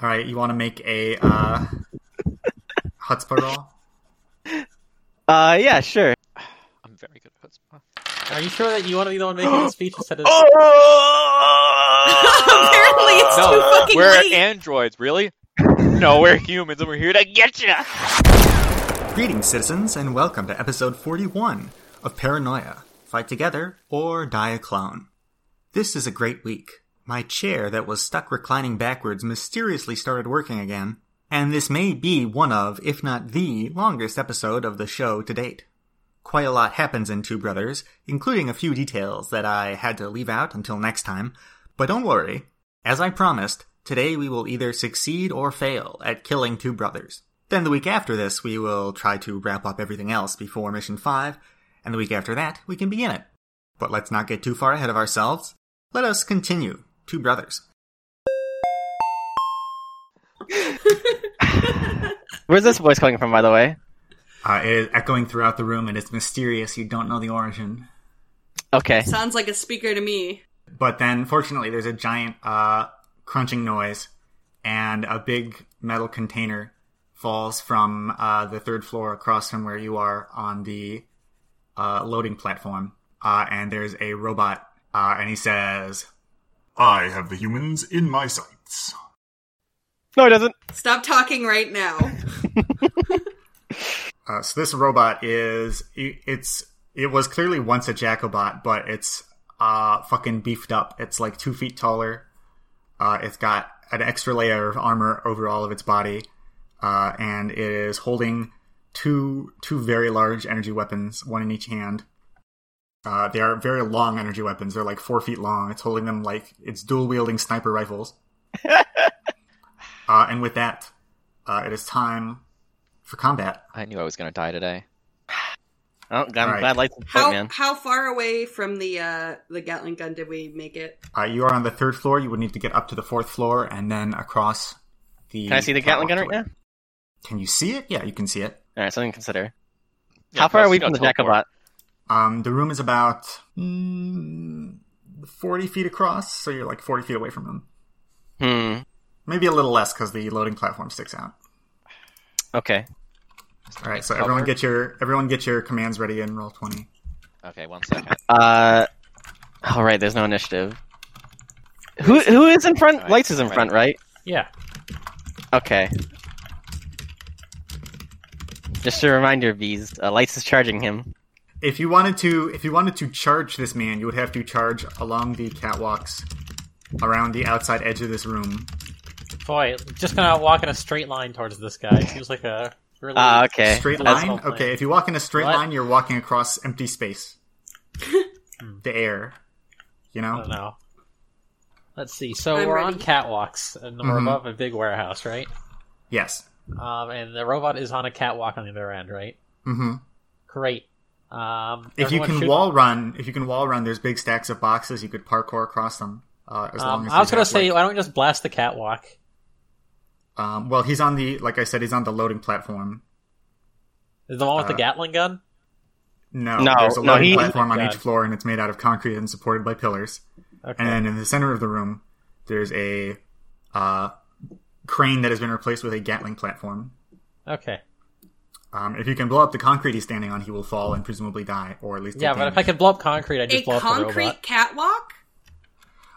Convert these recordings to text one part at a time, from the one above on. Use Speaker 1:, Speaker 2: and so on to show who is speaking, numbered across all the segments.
Speaker 1: All right, you want to make a uh, chutzpah roll?
Speaker 2: Uh, yeah, sure.
Speaker 3: I'm very good at Hutzpah.
Speaker 4: Are you sure that you want to be the one making the speech instead of?
Speaker 1: Oh!
Speaker 5: Apparently, it's
Speaker 3: No, uh,
Speaker 5: too fucking
Speaker 3: we're
Speaker 5: late.
Speaker 3: androids, really? No, we're humans, and we're here to get you.
Speaker 1: Greetings, citizens, and welcome to episode 41 of Paranoia Fight Together or Die a Clone. This is a great week. My chair that was stuck reclining backwards mysteriously started working again, and this may be one of, if not the, longest episode of the show to date. Quite a lot happens in Two Brothers, including a few details that I had to leave out until next time, but don't worry. As I promised, today we will either succeed or fail at killing Two Brothers. Then the week after this, we will try to wrap up everything else before Mission 5, and the week after that, we can begin it. But let's not get too far ahead of ourselves. Let us continue Two Brothers.
Speaker 2: Where's this voice coming from, by the way?
Speaker 1: Uh, it is echoing throughout the room, and it's mysterious. You don't know the origin.
Speaker 2: Okay.
Speaker 5: Sounds like a speaker to me.
Speaker 1: But then, fortunately, there's a giant uh, crunching noise, and a big metal container falls from uh, the third floor across from where you are on the uh, loading platform. Uh, and there's a robot, uh, and he says,
Speaker 6: I have the humans in my sights.
Speaker 2: No, it doesn't.
Speaker 5: Stop talking right now.
Speaker 1: Uh, so this robot is it- it's it was clearly once a Jacobot, but it's uh fucking beefed up. It's like two feet taller. Uh, it's got an extra layer of armor over all of its body, uh, and it is holding two two very large energy weapons, one in each hand. Uh, they are very long energy weapons. They're like four feet long. It's holding them like it's dual wielding sniper rifles. uh, and with that, uh, it is time for combat.
Speaker 3: I knew I was gonna die today.
Speaker 2: Oh, I'm
Speaker 1: right.
Speaker 2: glad lights on
Speaker 5: How
Speaker 2: man.
Speaker 5: how far away from the uh the Gatling gun did we make it?
Speaker 1: Uh, you are on the third floor. You would need to get up to the fourth floor and then across the.
Speaker 2: Can I see the Gatling gun right
Speaker 1: catwalk to
Speaker 2: now?
Speaker 1: it. Can you see it? Yeah, you can see it.
Speaker 2: All right, something to consider.
Speaker 3: Yeah,
Speaker 2: How far
Speaker 3: plus
Speaker 2: are we
Speaker 3: you
Speaker 2: from
Speaker 3: got
Speaker 2: the Jacobot?
Speaker 3: teleport.
Speaker 1: Um, the room is about mm, forty feet across, so you're like forty feet away from them.
Speaker 2: Hmm.
Speaker 1: Maybe a little less because the loading platform sticks out.
Speaker 2: Okay.
Speaker 1: All right, so everyone get your everyone get your commands ready and roll twenty.
Speaker 3: Okay, one second.
Speaker 2: Uh. All right. There's no initiative. Who who is in front?
Speaker 3: Right,
Speaker 2: Lights is in
Speaker 3: right.
Speaker 2: front, right?
Speaker 4: Yeah.
Speaker 2: Okay. Just a reminder, V's. Uh, Lights is charging him.
Speaker 1: If you wanted to, if you wanted to charge this man, you would have to charge along the catwalks around the outside edge of this room.
Speaker 4: Boy, just gonna walk in a straight line towards this guy. Seems like a really.
Speaker 2: Ah, okay.
Speaker 1: Straight
Speaker 4: That's-
Speaker 1: line? Okay, if you walk in a straight
Speaker 4: What?
Speaker 1: line, you're walking across empty space. the air. You
Speaker 4: I
Speaker 1: know?
Speaker 4: don't know. Let's see. So
Speaker 5: I'm
Speaker 4: we're
Speaker 5: ready.
Speaker 4: on catwalks, and we're
Speaker 1: Mhm.
Speaker 4: above a big warehouse, right?
Speaker 1: Yes.
Speaker 4: Um, and the robot is on a catwalk on the other end, right?
Speaker 1: hmm
Speaker 4: Great. Um,
Speaker 1: If you
Speaker 4: everyone
Speaker 1: can
Speaker 4: shoot-
Speaker 1: wall run, if you can wall run, there's big stacks of boxes. You could parkour across them. Uh, as long
Speaker 4: Um,
Speaker 1: as
Speaker 4: I was
Speaker 1: you
Speaker 4: gonna
Speaker 1: have,
Speaker 4: say, uh,
Speaker 1: like-
Speaker 4: why don't we just blast the catwalk?
Speaker 1: um, well, he's on the, like I said, he's on the loading platform.
Speaker 4: The one with the
Speaker 1: Uh,
Speaker 4: Gatling gun.
Speaker 1: No,
Speaker 2: No,
Speaker 1: there's a
Speaker 2: no,
Speaker 1: loading
Speaker 2: he-
Speaker 1: platform on
Speaker 4: God.
Speaker 1: each floor, and it's made out of concrete and supported by pillars.
Speaker 4: Okay.
Speaker 1: And then in the center of the room, there's a uh, crane that has been replaced with a Gatling platform.
Speaker 4: okay.
Speaker 1: Um, if you can blow up the concrete he's standing on, he will fall and presumably die, or at least
Speaker 4: Yeah,
Speaker 1: take
Speaker 4: but if I
Speaker 1: damage.
Speaker 4: could blow up concrete, I would
Speaker 5: A
Speaker 4: just blow up the robot.
Speaker 5: concrete catwalk?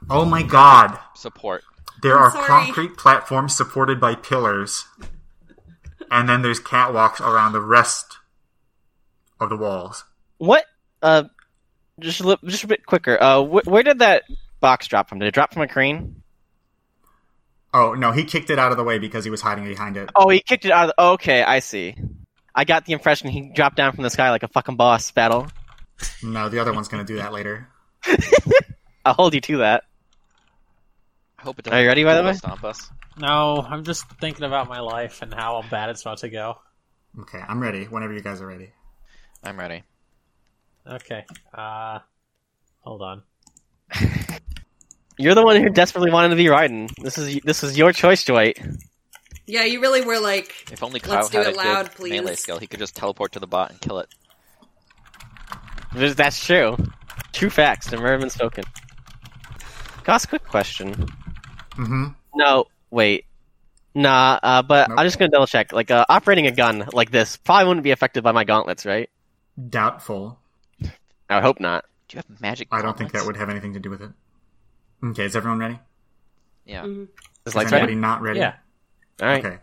Speaker 1: Oh my god!
Speaker 3: Support.
Speaker 1: There
Speaker 5: I'm
Speaker 1: are
Speaker 5: sorry.
Speaker 1: concrete platforms supported by pillars, and then there's catwalks around the rest of the walls.
Speaker 2: What? Uh, just a li- just a bit quicker. Uh, wh- where did that box drop from? Did it drop from a crane?
Speaker 1: Oh no, he kicked it out of the way because he was hiding behind it.
Speaker 2: Oh, he kicked it out of the. Okay, I see. I got the impression he dropped down from the sky like a fucking boss battle.
Speaker 1: No, the other one's gonna do that later.
Speaker 2: I'll hold you to that.
Speaker 3: I hope it
Speaker 2: Are you ready, by the way?
Speaker 3: Stomp us.
Speaker 4: No, I'm just thinking about my life and how bad it's about to go.
Speaker 1: Okay, I'm ready. Whenever you guys are ready.
Speaker 3: I'm ready.
Speaker 4: Okay. Uh, hold on.
Speaker 2: You're the one who desperately wanted to be riding. This is this is your choice, Dwight.
Speaker 5: Yeah, you really were like
Speaker 3: If only Kyle
Speaker 5: Let's do
Speaker 3: had
Speaker 5: it
Speaker 3: a good
Speaker 5: loud, please.
Speaker 3: melee skill, he could just teleport to the bot and kill it.
Speaker 2: Th- That's true. True facts. Never have been spoken. Goss, quick question.
Speaker 1: Mm-hmm.
Speaker 2: No, wait. Nah, uh, but
Speaker 1: Nope.
Speaker 2: I'm just gonna double check. Like uh, operating a gun like this probably wouldn't be affected by my gauntlets, right?
Speaker 1: Doubtful.
Speaker 2: I hope not.
Speaker 3: Do you have magic?
Speaker 1: I don't think that
Speaker 3: gauntlets?
Speaker 1: would have anything to do with it. Okay, is everyone ready?
Speaker 3: Yeah.
Speaker 5: Mhm.
Speaker 2: This
Speaker 1: is
Speaker 2: light's
Speaker 1: anybody
Speaker 2: right.
Speaker 1: not ready?
Speaker 4: Yeah.
Speaker 2: All right.
Speaker 1: Okay.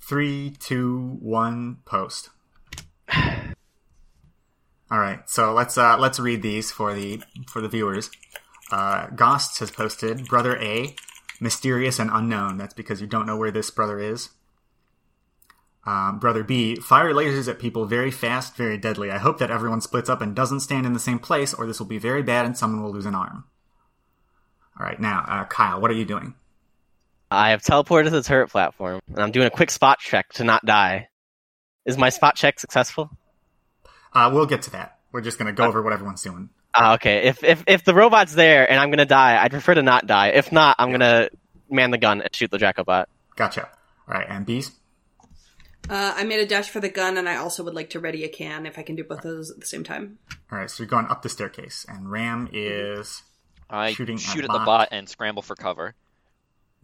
Speaker 1: Three, two, one, post. All right, so let's uh, let's read these for the for the viewers. Uh, Gosts has posted brother A, mysterious and unknown. That's because you don't know where this brother is. Um, brother B, fire lasers at people very fast, very deadly. I hope that everyone splits up and doesn't stand in the same place, or this will be very bad and someone will lose an arm. All right, now uh, Kyle, what are you doing?
Speaker 2: I have teleported to the turret platform, and I'm doing a quick spot check to not die. Is my spot check successful?
Speaker 1: Uh, we'll get to that. We're just going to go over what everyone's doing.
Speaker 2: Ah, okay. If if if the robot's there and I'm gonna die, I'd prefer to not die. If not, I'm gonna man the gun and shoot the Dracobot.
Speaker 1: Gotcha. All right, and bees.
Speaker 5: Uh, I made a dash for the gun, and I also would like to ready a can if I can do both of those at the same time.
Speaker 1: All right, so you're going up the staircase, and Ram is
Speaker 3: I
Speaker 1: Shooting at
Speaker 3: shoot at the
Speaker 1: bot.
Speaker 3: bot and scramble for cover.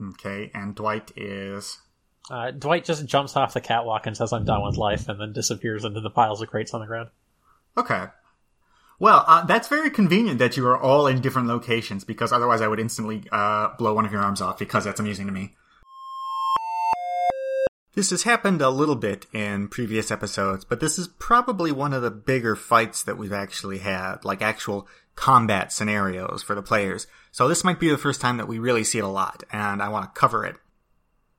Speaker 1: okay, and Dwight is
Speaker 4: Uh, Dwight just jumps off the catwalk and says, "I'm done with life," and then disappears into the piles of crates on the ground.
Speaker 1: okay. Well, uh, that's very convenient that you are all in different locations because otherwise I would instantly uh, blow one of your arms off because that's amusing to me. This has happened a little bit in previous episodes, but this is probably one of the bigger fights that we've actually had, like actual combat scenarios for the players. So this might be the first time that we really see it a lot, and I want to cover it.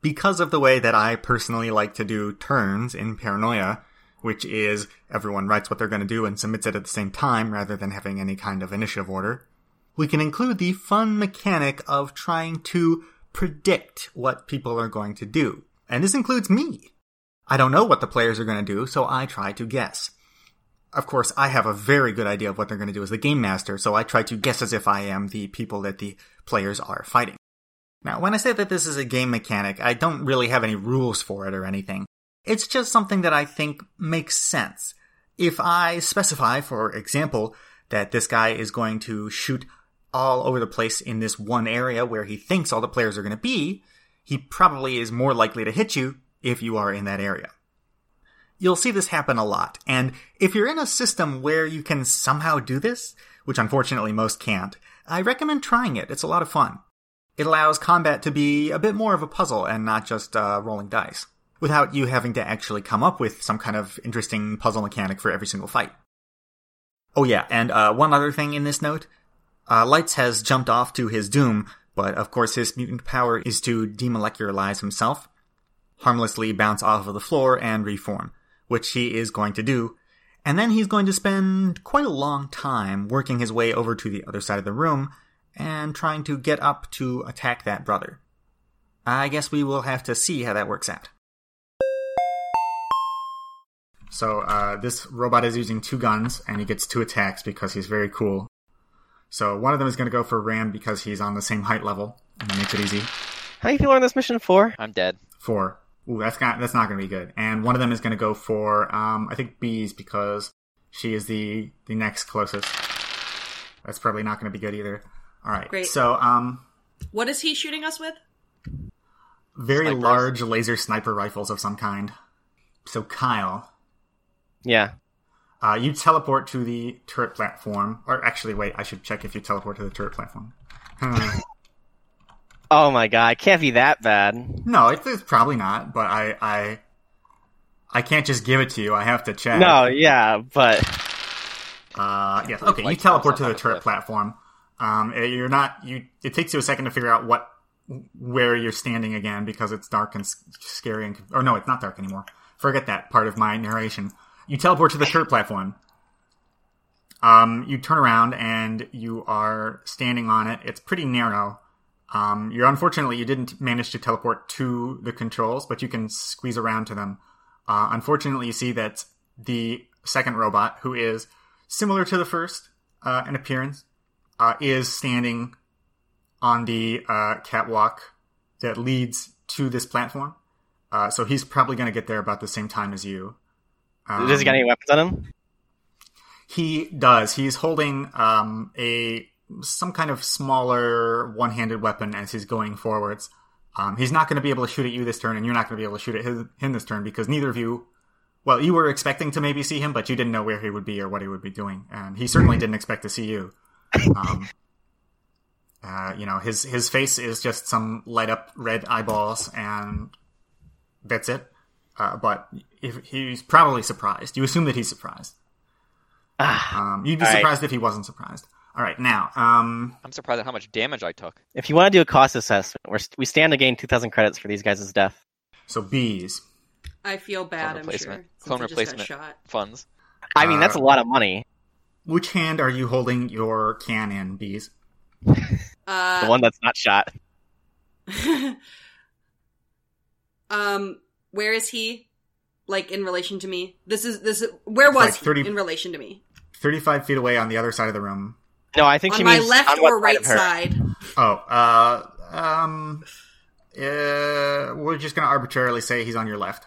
Speaker 1: Because of the way that I personally like to do turns in Paranoia, which is everyone writes what they're going to do and submits it at the same time rather than having any kind of initiative order, we can include the fun mechanic of trying to predict what people are going to do. And this includes me. I don't know what the players are going to do, so I try to guess. Of course, I have a very good idea of what they're going to do as the game master, so I try to guess as if I am the people that the players are fighting. Now, when I say that this is a game mechanic, I don't really have any rules for it or anything. It's just something that I think makes sense. If I specify, for example, that this guy is going to shoot all over the place in this one area where he thinks all the players are going to be, he probably is more likely to hit you if you are in that area. You'll see this happen a lot, and if you're in a system where you can somehow do this, which unfortunately most can't, I recommend trying it. It's a lot of fun. It allows combat to be a bit more of a puzzle and not just uh, rolling dice, without you having to actually come up with some kind of interesting puzzle mechanic for every single fight. Oh yeah, and uh, one other thing in this note, uh, Lights has jumped off to his doom, but of course his mutant power is to demolecularize himself, harmlessly bounce off of the floor and reform, which he is going to do. And then he's going to spend quite a long time working his way over to the other side of the room and trying to get up to attack that brother. I guess we will have to see how that works out. So uh, this robot is using two guns, and he gets two attacks because he's very cool. So one of them is going to go for Ram because he's on the same height level, and that makes it easy.
Speaker 2: How many people are on this mission for?
Speaker 3: I'm dead.
Speaker 1: Four. Ooh, that's not that's not going to be good. And one of them is going to go for um, I think bees because she is the the next closest. That's probably not going to be good either. All right.
Speaker 5: Great.
Speaker 1: So um,
Speaker 5: What is he shooting us with?
Speaker 1: very
Speaker 3: Snipers.
Speaker 1: large laser sniper rifles of some kind. So Kyle,
Speaker 2: Yeah.
Speaker 1: uh, you teleport to the turret platform, or actually, wait, I should check if you teleport to the turret platform. Hmm.
Speaker 2: Oh my god, it can't be that bad.
Speaker 1: no, it's, it's probably not, but I, I, I can't just give it to you. I have to check.
Speaker 2: No, yeah, but
Speaker 1: Uh, yes. Okay, you
Speaker 3: Like,
Speaker 1: teleport to
Speaker 3: on
Speaker 1: the
Speaker 3: the
Speaker 1: turret
Speaker 3: cliff.
Speaker 1: platform. Um, eh, you're not. You. It takes you a second to figure out what where you're standing again because it's dark and s- scary and. Or no, it's not dark anymore. Forget that part of my narration. You teleport to the turret platform. Um, you turn around and you are standing on it. It's pretty narrow. Um, you're unfortunately you didn't manage to teleport to the controls, but you can squeeze around to them. Uh, unfortunately, you see that the second robot, who is similar to the first uh, in appearance, uh, is standing on the uh, catwalk that leads to this platform. Uh, so he's probably going to get there about the same time as you. Um,
Speaker 2: does he got any weapons on him?
Speaker 1: he does. He's holding um, a some kind of smaller one-handed weapon as he's going forwards. Um, he's not going to be able to shoot at you this turn, and you're not going to be able to shoot at his, him this turn because neither of you. Well, you were expecting to maybe see him, but you didn't know where he would be or what he would be doing, and he certainly didn't expect to see you. Um, uh, you know, his his face is just some light up red eyeballs, and that's it. Uh, but if he's probably surprised, you assume that he's surprised.
Speaker 2: Ah,
Speaker 1: Um, you'd be
Speaker 2: All right.
Speaker 1: surprised if he wasn't surprised. All right, now, um,
Speaker 3: I'm surprised at how much damage I took.
Speaker 2: if you want to do a cost assessment, we're, st- we stand to gain 2,000 credits for these guys' death.
Speaker 1: so bees.
Speaker 5: I feel bad. I'm sure.
Speaker 3: replacement.
Speaker 5: since
Speaker 3: Clone
Speaker 5: I just got
Speaker 3: replacement.
Speaker 5: shot.
Speaker 3: Funds.
Speaker 2: I mean, that's
Speaker 1: Uh,
Speaker 2: a lot of money.
Speaker 1: Which hand are you holding your can in, bees?
Speaker 5: Uh,
Speaker 2: The one that's not shot.
Speaker 5: um, where is he? Like in relation to me? This is this. Is, where was
Speaker 1: Like
Speaker 5: he
Speaker 1: 30
Speaker 5: in relation to me?
Speaker 1: 35 feet away on the other side of the room.
Speaker 2: No, I think she
Speaker 5: On my
Speaker 2: means
Speaker 5: left
Speaker 2: on what
Speaker 5: or right
Speaker 2: of her.
Speaker 5: side?
Speaker 1: Oh, uh, um, uh, we're just gonna arbitrarily say he's on your left.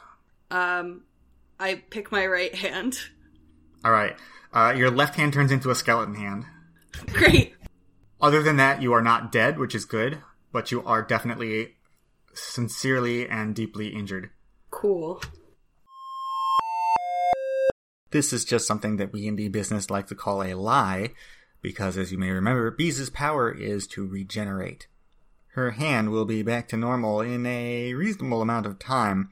Speaker 5: Um, I pick my right hand.
Speaker 1: All right. Uh, your left hand turns into a skeleton hand.
Speaker 5: Great.
Speaker 1: Other than that, you are not dead, which is good, but you are definitely sincerely and deeply injured.
Speaker 5: Cool.
Speaker 1: This is just something that we in the business like to call a lie, because as you may remember, Bees' power is to regenerate. Her hand will be back to normal in a reasonable amount of time.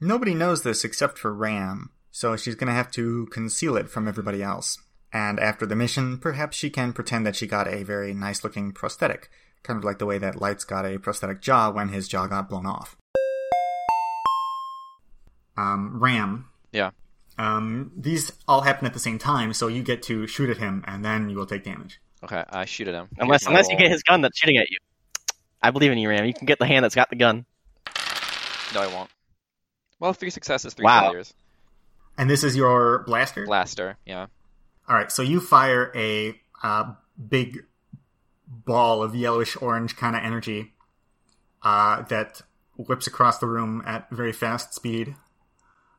Speaker 1: Nobody knows this except for Ram, so she's going to have to conceal it from everybody else. And after the mission, perhaps she can pretend that she got a very nice looking prosthetic, kind of like the way that Lights got a prosthetic jaw when his jaw got blown off. Um, Ram,
Speaker 3: Yeah.
Speaker 1: um, these all happen at the same time, so you get to shoot at him, and then you will take damage.
Speaker 3: Okay, I shoot at him.
Speaker 2: Unless,
Speaker 3: Here's my
Speaker 2: unless you
Speaker 3: roll.
Speaker 2: get his gun that's shooting at you. I believe in you, Ram. You can get the hand that's got the gun.
Speaker 3: No, I won't. Well, three successes, three
Speaker 2: Wow.
Speaker 3: failures.
Speaker 1: And this is your blaster.
Speaker 3: Blaster, yeah.
Speaker 1: all right, so you fire a uh, big ball of yellowish orange kind of energy uh, that whips across the room at very fast speed,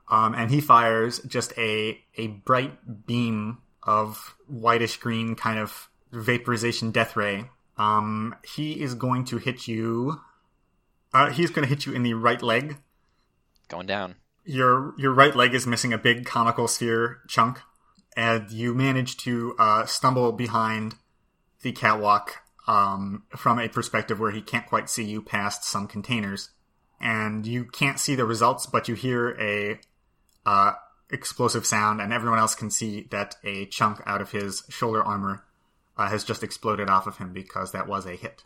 Speaker 1: um, and he fires just a a bright beam of whitish green kind of vaporization death ray. Um, he is going to hit you. Uh, he's going to hit you in the right leg.
Speaker 3: Going down.
Speaker 1: your your right leg is missing a big conical sphere chunk, and you manage to uh, stumble behind the catwalk um, from a perspective where he can't quite see you past some containers, and you can't see the results, but you hear a uh, explosive sound, and everyone else can see that a chunk out of his shoulder armor uh, has just exploded off of him because that was a hit.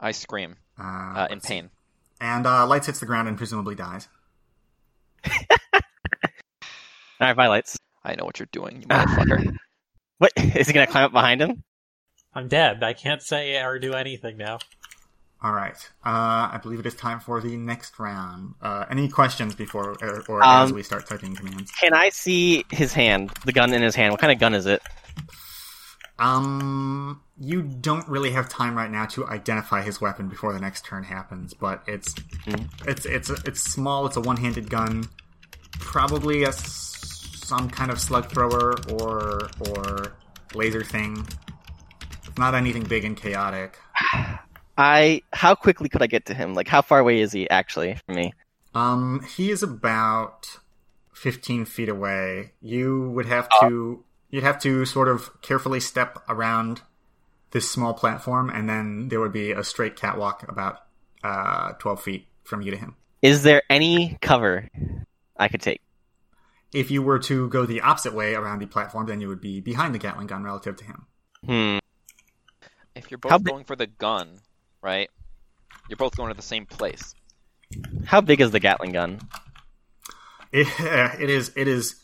Speaker 3: I scream
Speaker 1: Uh,
Speaker 3: uh, in
Speaker 1: let's see.
Speaker 3: pain.
Speaker 1: And uh, lights hits the ground and presumably dies.
Speaker 2: All right, Violet's.
Speaker 3: I know what you're doing, you motherfucker.
Speaker 2: What? Is he going to climb up behind him?
Speaker 4: I'm dead. I can't say or do anything now.
Speaker 1: All right. Uh, I believe it is time for the next round. Uh, any questions before or, or
Speaker 2: Um,
Speaker 1: as we start typing commands?
Speaker 2: Can I see his hand? The gun in his hand. What kind of gun is it?
Speaker 1: Um, you don't really have time right now to identify his weapon before the next turn happens, but it's it's it's it's small. It's a one-handed gun, probably a s- some kind of slug thrower or or laser thing. It's not anything big and chaotic.
Speaker 2: I. How quickly could I get to him? Like, how far away is he actually from me?
Speaker 1: Um, he is about fifteen feet away. You would have
Speaker 2: Uh.
Speaker 1: to you'd have to sort of carefully step around this small platform, and then there would be a straight catwalk about uh, twelve feet from you to him.
Speaker 2: Is there any cover I could take?
Speaker 1: If you were to go the opposite way around the platform, then you would be behind the Gatling gun relative to him.
Speaker 2: Hmm.
Speaker 3: If you're
Speaker 2: How
Speaker 3: both
Speaker 2: big-
Speaker 3: going for the gun, right? You're both going to the same place.
Speaker 2: How big is the Gatling gun?
Speaker 1: It, it is it is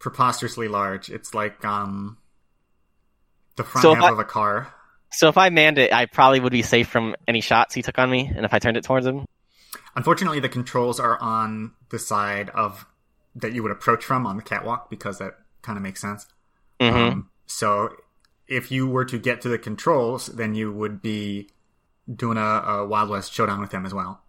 Speaker 1: preposterously large. It's like um the front
Speaker 2: So if
Speaker 1: half
Speaker 2: I-
Speaker 1: of a car.
Speaker 2: So if I manned it, I probably would be safe from any shots he took on me, and if I turned it towards him.
Speaker 1: Unfortunately, the controls are on the side of that you would approach from on the catwalk because that kind of makes sense.
Speaker 2: Mm-hmm.
Speaker 1: Um, so if you were to get to the controls, then you would be doing a, a Wild West showdown with them as well.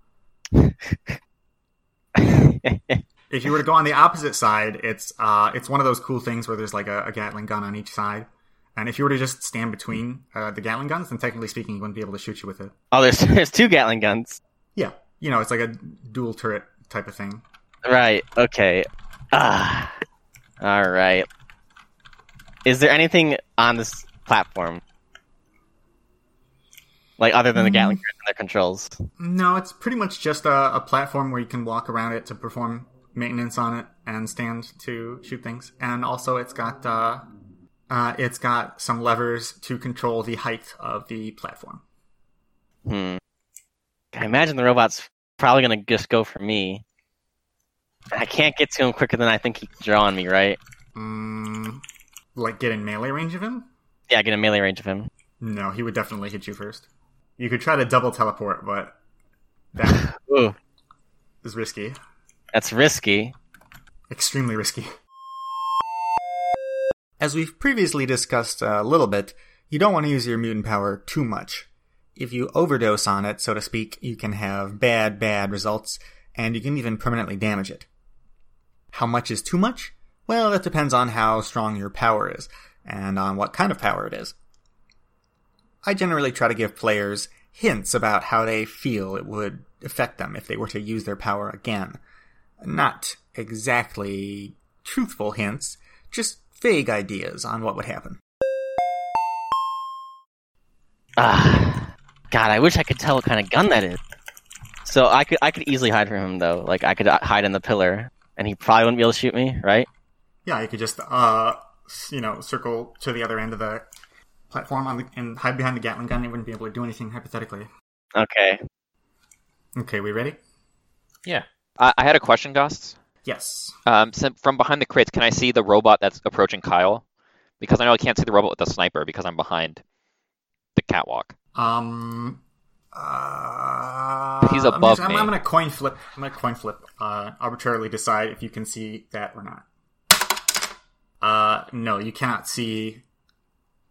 Speaker 1: If you were to go on the opposite side, it's uh, it's one of those cool things where there's like a, a Gatling gun on each side. And if you were to just stand between uh, the Gatling guns, then technically speaking, you wouldn't be able to shoot you with it.
Speaker 2: oh, there's there's two Gatling guns.
Speaker 1: Yeah. you know, it's like a dual turret type of thing.
Speaker 2: Right. Okay. Ah. All right. Is there anything on this platform, like other than the Gatling turrets and their controls?
Speaker 1: No, it's pretty much just a, a platform where you can walk around it to perform maintenance on it and stand to shoot things. And also, it's got uh, uh, it's got some levers to control the height of the platform.
Speaker 2: Hmm. I imagine the robot's probably gonna just go for me. I can't get to him quicker than I think he can draw on me, right?
Speaker 1: Mm, like get in melee range of him?
Speaker 2: Yeah, get in melee range of him.
Speaker 1: No, he would definitely hit you first. You could try to double teleport, but that
Speaker 2: Ooh,
Speaker 1: is risky.
Speaker 2: that's risky.
Speaker 1: extremely risky. As we've previously discussed a little bit, you don't want to use your mutant power too much. If you overdose on it, so to speak, you can have bad, bad results, and you can even permanently damage it. How much is too much? Well, that depends on how strong your power is, and on what kind of power it is. I generally try to give players hints about how they feel it would affect them if they were to use their power again not exactly truthful hints, just vague ideas on what would happen.
Speaker 2: Ah, God, I wish I could tell what kind of gun that is. So I could, I could easily hide from him though. Like I could uh, hide in the pillar, and he probably wouldn't be able to shoot me, right?
Speaker 1: Yeah, you could just uh, s- you know, circle to the other end of the platform on the, and hide behind the Gatling gun. You wouldn't be able to do anything hypothetically.
Speaker 2: Okay.
Speaker 1: Okay, we ready?
Speaker 4: Yeah.
Speaker 3: I, I had a question, Gost.
Speaker 1: Yes.
Speaker 3: Um, so from behind the crates, can I see the robot that's approaching Kyle? Because I know I can't see the robot with the sniper because I'm behind the catwalk.
Speaker 1: Um. Uh,
Speaker 3: He's
Speaker 1: I'm
Speaker 3: above
Speaker 1: just- I'm,
Speaker 3: me.
Speaker 1: I'm gonna coin flip. I'm gonna coin flip. Uh, arbitrarily decide if you can see that or not. Uh, no, you cannot see.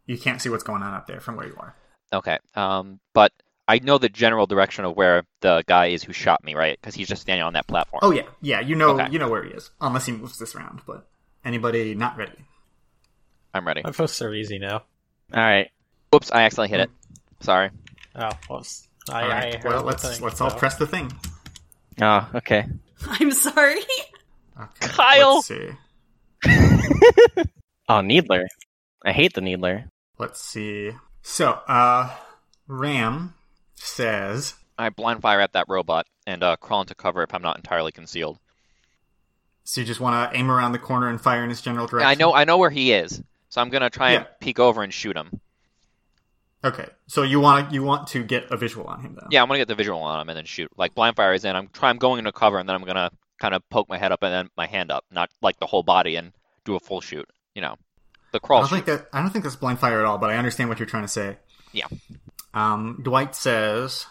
Speaker 1: You can't see what's going on up there from where you are.
Speaker 3: Okay. Um, but I know the general direction of where the guy is who shot me, right? Because he's just standing on that platform.
Speaker 1: Oh yeah, yeah. You know,
Speaker 3: Okay.
Speaker 1: you know where he is, unless he moves this round. But anybody not ready?
Speaker 3: I'm ready.
Speaker 4: My posts are easy now.
Speaker 2: All right.
Speaker 3: Oops, I accidentally hit it.
Speaker 1: Mm.
Speaker 3: Sorry.
Speaker 4: Oh, whoops. I,
Speaker 1: All
Speaker 4: I
Speaker 1: right.
Speaker 4: heard
Speaker 1: well,
Speaker 4: the
Speaker 1: let's
Speaker 4: thing,
Speaker 1: let's all
Speaker 4: so-
Speaker 1: press the thing.
Speaker 2: Oh, okay.
Speaker 5: I'm sorry.
Speaker 1: Okay,
Speaker 3: Kyle!
Speaker 1: Let's see.
Speaker 2: Oh, Needler. I hate the Needler.
Speaker 1: Let's see. So, uh, Ram says,
Speaker 3: I blind fire at that robot and uh, crawl into cover if I'm not entirely concealed.
Speaker 1: "So you just want to aim around the corner and fire in his general
Speaker 3: Yeah,
Speaker 1: direction."
Speaker 3: I know I know where he is, so I'm gonna try and
Speaker 1: Yeah.
Speaker 3: peek over and shoot him.
Speaker 1: Okay, so you want to you want to get a visual on him though.
Speaker 3: Yeah, I'm gonna get the visual on him and then shoot. Like blind fire is in. I'm try. I'm going into cover and then I'm gonna kind of poke my head up and then my hand up, not like the whole body and do a full shoot. You know, the
Speaker 1: I
Speaker 3: crawl.
Speaker 1: don't think
Speaker 3: Shoot.
Speaker 1: that I don't think that's blind fire at all, but I understand what you're trying to say.
Speaker 3: Yeah.
Speaker 1: Um, Dwight says,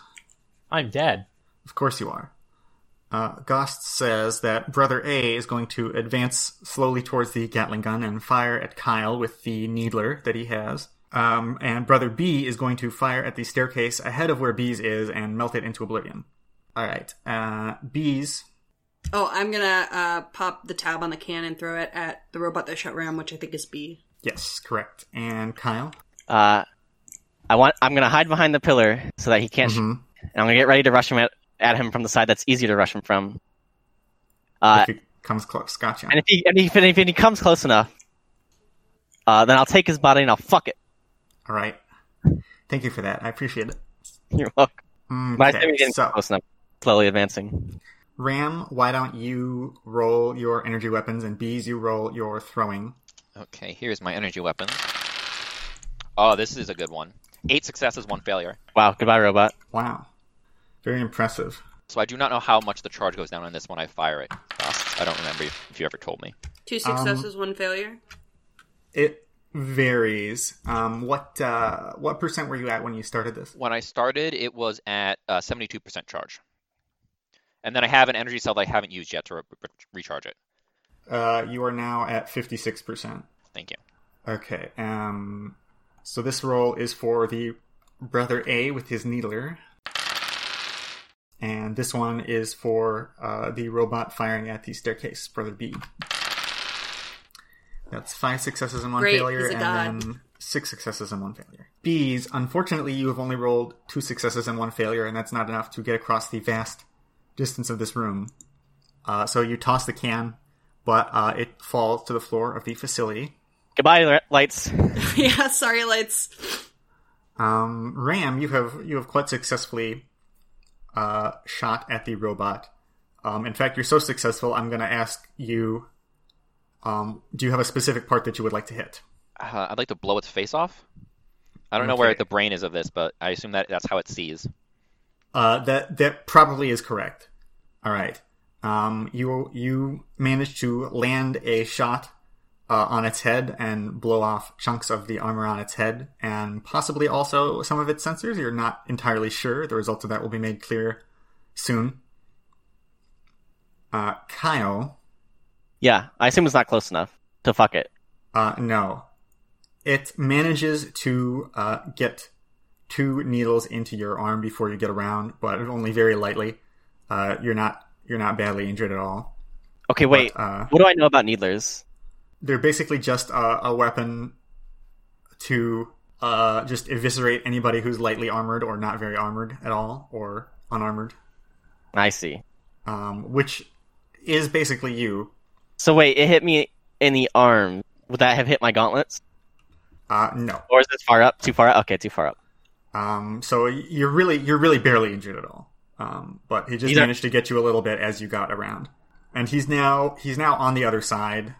Speaker 4: I'm dead.
Speaker 1: Of course you are. Uh, Gost says that Brother A is going to advance slowly towards the Gatling gun and fire at Kyle with the needler that he has. Um, and Brother B is going to fire at the staircase ahead of where B's is and melt it into oblivion. All right. Uh, B's.
Speaker 5: Oh, I'm gonna uh, pop the tab on the can and throw it at the robot that shot Ram, which I think is B.
Speaker 1: Yes, correct. And Kyle.
Speaker 2: Uh, I want. I'm gonna hide behind the pillar so that he can't. shoot
Speaker 1: Mhm.
Speaker 2: and I'm gonna get ready to rush him at, at him from the side that's easier to rush him from. Uh,
Speaker 1: if he comes close. Gotcha.
Speaker 2: and if he and if, if he comes close enough, uh, then I'll take his body and I'll fuck it.
Speaker 1: All right. Thank you for that. I appreciate it. Mm,
Speaker 2: You're welcome. But I think we're
Speaker 1: Okay,
Speaker 2: getting
Speaker 1: so,
Speaker 2: close enough. Slowly advancing.
Speaker 1: Ram, why don't you roll your energy weapons and B's, you roll your throwing.
Speaker 3: Okay, here's my energy weapon. Oh, this is a good one. Eight successes, one failure.
Speaker 2: Wow. Goodbye, robot.
Speaker 1: Wow. Very impressive.
Speaker 3: So I do not know how much the charge goes down on this when I fire it. Gosh, I don't remember if you ever told me.
Speaker 5: Two successes,
Speaker 2: Um,
Speaker 5: one failure.
Speaker 1: It varies. Um, what uh, what percent were you at when you started this?
Speaker 3: When I started, it was at uh, 72% charge. And then I have an energy cell that I haven't used yet to re- re- recharge it.
Speaker 1: Uh, you are now at fifty six percent.
Speaker 3: Thank you.
Speaker 1: Okay. Um, so this roll is for the brother A with his needler, and this one is for uh, the robot firing at the staircase, brother B. That's five successes and one
Speaker 5: Great,
Speaker 1: failure,
Speaker 5: he's a
Speaker 1: and
Speaker 5: god.
Speaker 1: then six successes and one failure. B's, unfortunately, you have only rolled two successes and one failure, and that's not enough to get across the vast distance of this room. Uh, so you toss the can, but uh, it falls to the floor of the facility.
Speaker 2: Goodbye, li- lights.
Speaker 5: yeah, sorry, lights.
Speaker 1: Um, Ram, you have you have quite successfully uh, shot at the robot. Um, in fact, you're so successful. I'm going to ask you: um, Do you have a specific part that you would like to hit?
Speaker 3: Uh, I'd like to blow its face off. I don't know where
Speaker 1: Okay.
Speaker 3: the brain is of this, but I assume that that's how it sees.
Speaker 1: Uh, that that probably is correct. All right. Um, you you managed to land a shot uh, on its head and blow off chunks of the armor on its head, and possibly also some of its sensors. You're not entirely sure. The results of that will be made clear soon. Uh, Kyle,
Speaker 2: Yeah, I assume it's not close enough. So fuck it.
Speaker 1: Uh, no. It manages to uh, get two needles into your arm before you get around, but only very lightly. Uh, you're not you're not badly injured at all.
Speaker 2: Okay, wait.
Speaker 1: But, uh,
Speaker 2: what do I know about needlers?
Speaker 1: they're basically just a, a weapon to uh, just eviscerate anybody who's lightly armored or not very armored at all or unarmored,
Speaker 2: I see.
Speaker 1: um, which is basically you.
Speaker 2: So wait, it hit me in the arm. Would that have hit my gauntlets?
Speaker 1: Uh, no,
Speaker 2: Or is this far up? Too far up? Okay, too far up.
Speaker 1: Um, so you're really you're really barely injured at all. Um, but he just
Speaker 2: He's a-
Speaker 1: managed to get you a little bit as you got around, and he's now he's now on the other side,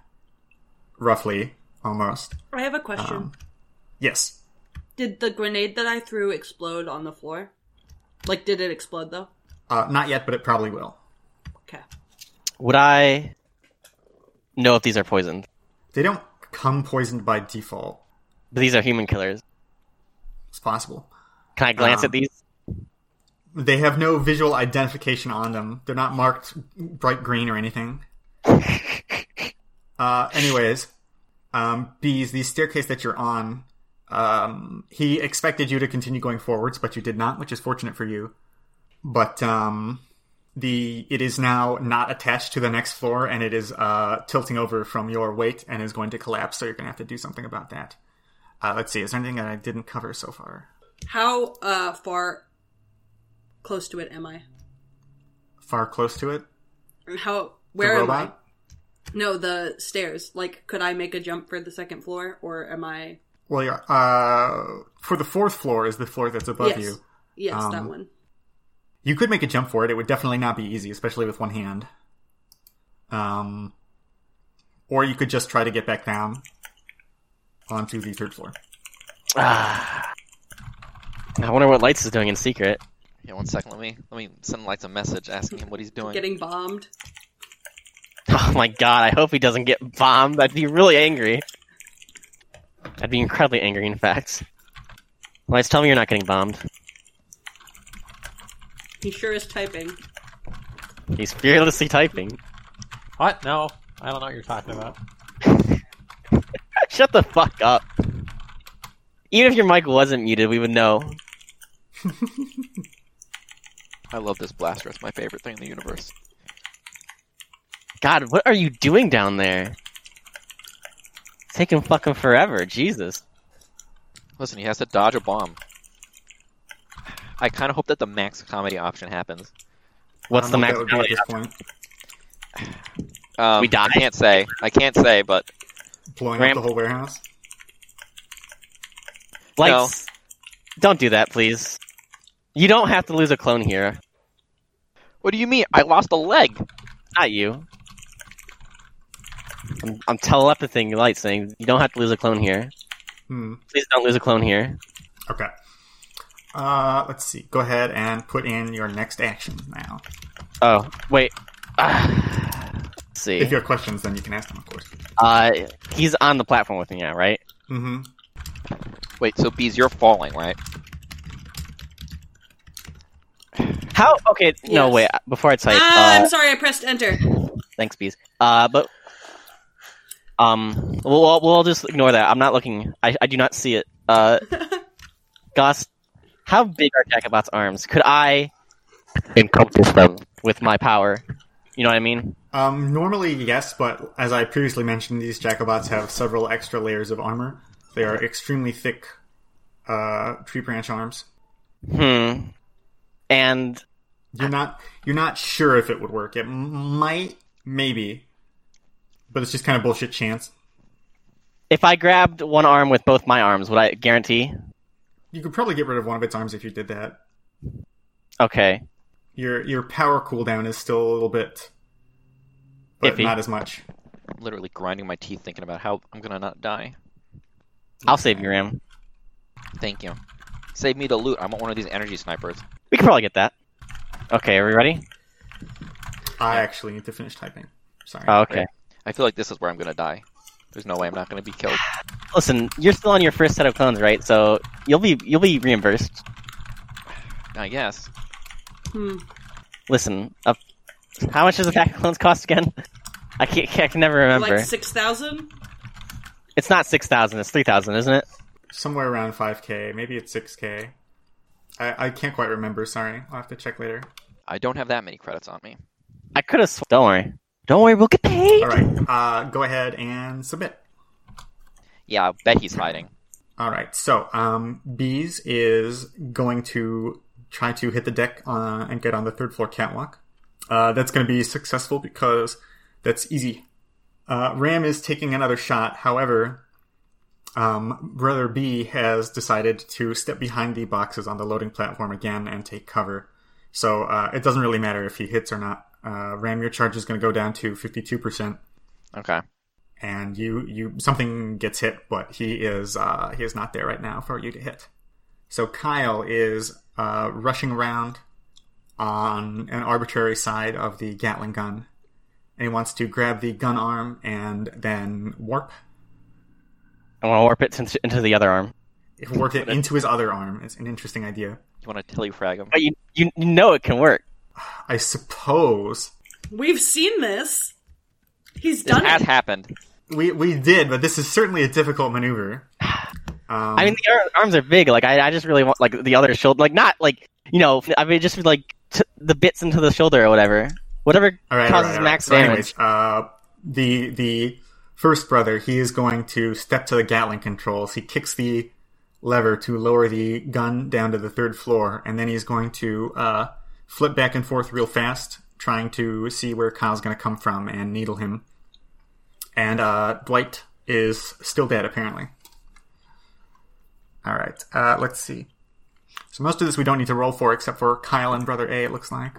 Speaker 1: roughly almost.
Speaker 5: I have a question.
Speaker 1: Um, yes,
Speaker 5: Did the grenade that I threw explode on the floor? Like, did it explode though?
Speaker 1: uh, not yet, but it probably will.
Speaker 5: Okay.
Speaker 2: Would I know if these are poisoned?
Speaker 1: They don't come poisoned by default.
Speaker 2: But these are human killers.
Speaker 1: It's possible.
Speaker 2: Can I glance
Speaker 1: Um,
Speaker 2: at these?
Speaker 1: They have no visual identification on them. They're not marked bright green or anything. uh, anyways, um, bees, the staircase that you're on, um, he expected you to continue going forwards, but you did not, which is fortunate for you. But um, the it is now not attached to the next floor, and it is uh, tilting over from your weight and is going to collapse. So you're going to have to do something about that. Uh, let's see. Is there anything that I didn't cover so far?
Speaker 5: How uh, far close to it am I?
Speaker 1: Far close to it.
Speaker 5: How
Speaker 1: The
Speaker 5: where am
Speaker 1: robot?
Speaker 5: I? No, the stairs. Like, could I make a jump for the second floor, or am I?
Speaker 1: Well, you're, uh, for the fourth floor is the floor that's above
Speaker 5: yes,
Speaker 1: you.
Speaker 5: yes, that
Speaker 1: Um,
Speaker 5: one.
Speaker 1: You could make a jump for it. It would definitely not be easy, especially with one hand. Um, or you could just try to get back down onto the third floor.
Speaker 2: Ah. I wonder what Lights is doing in secret.
Speaker 3: Yeah, one second. Let me let me send Lights a message asking him what he's doing.
Speaker 5: Getting bombed.
Speaker 2: Oh my god, I hope he doesn't get bombed. I'd be really angry. I'd be incredibly angry, in fact. Lights, tell me you're not getting bombed.
Speaker 5: He sure is typing.
Speaker 2: He's fearlessly typing.
Speaker 4: What? No, I don't know what you're talking about.
Speaker 2: Shut the fuck up. Even if your mic wasn't muted, we would know.
Speaker 3: I love this blaster. It's my favorite thing in the universe.
Speaker 2: God, what are you doing down there? It's taking fucking forever, Jesus.
Speaker 3: Listen, he has to dodge a bomb. I kind of hope that the max comedy option happens.
Speaker 2: What's
Speaker 1: I
Speaker 2: the
Speaker 1: don't know
Speaker 2: max?
Speaker 1: what that would be at this point?
Speaker 3: Um,
Speaker 2: We die?
Speaker 3: I can't say. I can't say, but
Speaker 1: Blowing
Speaker 2: Ramp-
Speaker 1: up the whole warehouse.
Speaker 2: Lights. Don't do that, please. You don't have to lose a clone here.
Speaker 3: what do you mean? I lost a leg.
Speaker 2: Not you. I'm, I'm telepathing light saying you don't have to lose a clone here.
Speaker 1: Hmm.
Speaker 2: Please don't lose a clone here.
Speaker 1: Okay. Uh, let's see. Go ahead and put in your next action now.
Speaker 2: Oh, wait. Ah. Let's see.
Speaker 1: If you have questions, then you can ask them, of course.
Speaker 2: Uh, he's on the platform with me now, right?
Speaker 1: Mm-hmm.
Speaker 3: Wait, so bees, you're falling, right?
Speaker 2: How? Okay, no,
Speaker 5: Yes.
Speaker 2: wait. Before I type,
Speaker 5: ah,
Speaker 2: uh,
Speaker 5: I'm sorry. I pressed enter.
Speaker 2: thanks, bees. Uh, but um, we'll we'll just ignore that. I'm not looking. I I do not see it. Uh, Goss, how big are Jacobot's arms? Could I encompass them with my power? You know what I mean?
Speaker 1: Um, normally, yes, but as I previously mentioned, these Jacobots have several extra layers of armor. They are extremely thick uh, tree branch arms.
Speaker 2: Hmm. And
Speaker 1: You're not you're not sure if it would work. It m- might, maybe, but it's just kind of bullshit chance.
Speaker 2: If I grabbed one arm with both my arms, would I guarantee?
Speaker 1: You could probably get rid of one of its arms if you did that.
Speaker 2: Okay.
Speaker 1: Your your power cooldown is still a little bit, but
Speaker 2: Iffy.
Speaker 1: not as much.
Speaker 3: Literally grinding my teeth thinking about how I'm gonna not die.
Speaker 2: I'll save you, Ram.
Speaker 3: Thank you. Save me the loot. I want one of these energy snipers.
Speaker 2: We can probably get that. Okay, are we ready?
Speaker 1: I actually need to finish typing. Sorry.
Speaker 2: Oh, okay.
Speaker 3: I feel like this is where I'm gonna die. There's no way I'm not gonna be killed.
Speaker 2: Listen, you're still on your first set of clones, right? So you'll be you'll be reimbursed.
Speaker 3: I guess.
Speaker 5: Hmm.
Speaker 2: Listen, up. How much does a pack of clones cost again? I can't. I can never remember.
Speaker 5: Like six thousand.
Speaker 2: It's not six thousand. It's three thousand, isn't it?
Speaker 1: Somewhere around 5k, maybe it's 6k. I, I can't quite remember. Sorry, I'll have to check later.
Speaker 3: I don't have that many credits on me.
Speaker 2: I could have. Sw- Don't worry. Don't worry. We'll get paid.
Speaker 1: All right, uh, go ahead and submit.
Speaker 3: Yeah, I bet he's hiding.
Speaker 1: All right, so um, Bees is going to try to hit the deck uh, and get on the third floor catwalk. Uh, that's going to be successful because that's easy. Uh, Ram is taking another shot. However, um, Brother B has decided to step behind the boxes on the loading platform again and take cover. So uh, it doesn't really matter if he hits or not. Uh, Ram, your charge is going to go down to fifty-two percent
Speaker 3: Okay.
Speaker 1: and you you something gets hit, but he is uh, he is not there right now for you to hit. So Kyle is uh, rushing around on an arbitrary side of the Gatling gun, and he wants to grab the gun arm and then warp
Speaker 2: I want to warp it into, into the other arm.
Speaker 1: warp it into his other arm. It's an interesting idea,
Speaker 3: You wanna telefrag him?
Speaker 2: But you you know it can work.
Speaker 1: I suppose.
Speaker 5: We've seen this. He's
Speaker 3: This
Speaker 5: done
Speaker 3: has
Speaker 5: it.
Speaker 3: happened.
Speaker 1: We we did, but this is certainly a difficult maneuver. Um,
Speaker 2: I mean, the ar- arms are big. Like I, I just really want like the other shoulder. Like not like you know. I mean, just like t- the bits into the shoulder or whatever. Whatever
Speaker 1: All right,
Speaker 2: causes
Speaker 1: all right, all right.
Speaker 2: max
Speaker 1: So
Speaker 2: damage.
Speaker 1: anyways, uh, the the first brother, he is going to step to the Gatling controls. He kicks the lever to lower the gun down to the third floor, and then he's going to uh, flip back and forth real fast, trying to see where Kyle's going to come from and needle him. And uh, Dwight is still dead, apparently. All right, uh, let's see. So most of this we don't need to roll for, except for Kyle and brother A. It looks like.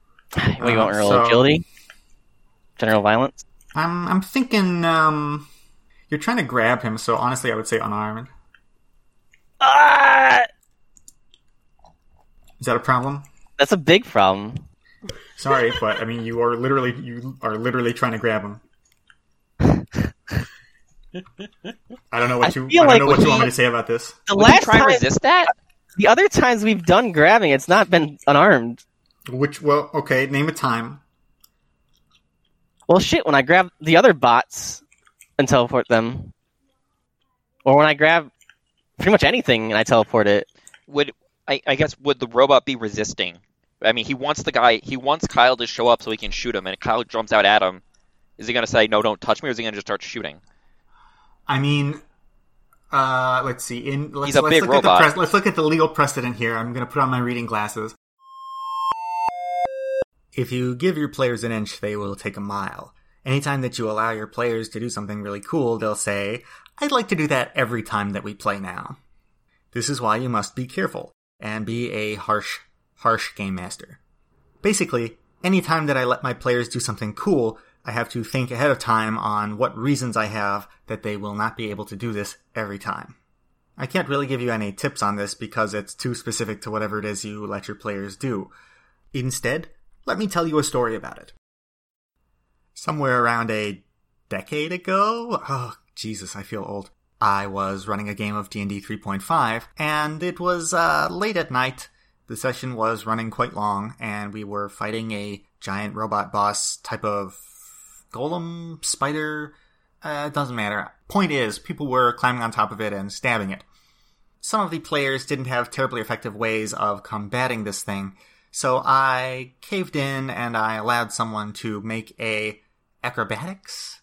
Speaker 2: we
Speaker 1: uh,
Speaker 2: want roll
Speaker 1: so-
Speaker 2: agility, general violence.
Speaker 1: I'm I'm thinking um you're trying to grab him, so honestly I would say unarmed.
Speaker 2: Ah,
Speaker 1: Is that a problem?
Speaker 2: that's a big problem.
Speaker 1: Sorry, but I mean you are literally you are literally trying to grab him. I don't know what
Speaker 2: I
Speaker 1: you I
Speaker 2: feel
Speaker 1: don't
Speaker 2: like
Speaker 1: know what
Speaker 2: when
Speaker 1: you want
Speaker 2: he-
Speaker 1: me to say about this.
Speaker 2: The
Speaker 3: Would you
Speaker 2: last
Speaker 3: try
Speaker 2: time,
Speaker 3: and resist that?
Speaker 2: the other times we've done grabbing, it's not been unarmed.
Speaker 1: Which well, okay, name a time.
Speaker 2: Well, shit. When I grab the other bots and teleport them, or when I grab pretty much anything and I teleport it,
Speaker 3: Would I, I guess would the robot be resisting? I mean he wants the guy he wants Kyle to show up so he can shoot him and if Kyle jumps out at him. Is he gonna say no don't touch me or is he gonna just start shooting?
Speaker 1: I mean uh let's see. In let's,
Speaker 3: He's a
Speaker 1: let's
Speaker 3: big
Speaker 1: look at
Speaker 3: robot.
Speaker 1: the pres- let's look at the legal precedent here. I'm going to put on my reading glasses. If you give your players an inch, they will take a mile. Anytime that you allow your players to do something really cool, they'll say, I'd like to do that every time that we play now. This is why you must be careful and be a harsh, harsh game master. Basically, anytime that I let my players do something cool, I have to think ahead of time on what reasons I have that they will not be able to do this every time. I can't really give you any tips on this because it's too specific to whatever it is you let your players do. Instead, let me tell you a story about it. Somewhere around a decade ago, oh Jesus, I feel old. I was running a game of D&D 3.5 and it was uh, late at night. The session was running quite long and we were fighting a giant robot boss type of golem spider uh, it doesn't matter. Point is, people were climbing on top of it and stabbing it. Some of the players didn't have terribly effective ways of combating this thing, so I caved in and I allowed someone to make a acrobatics.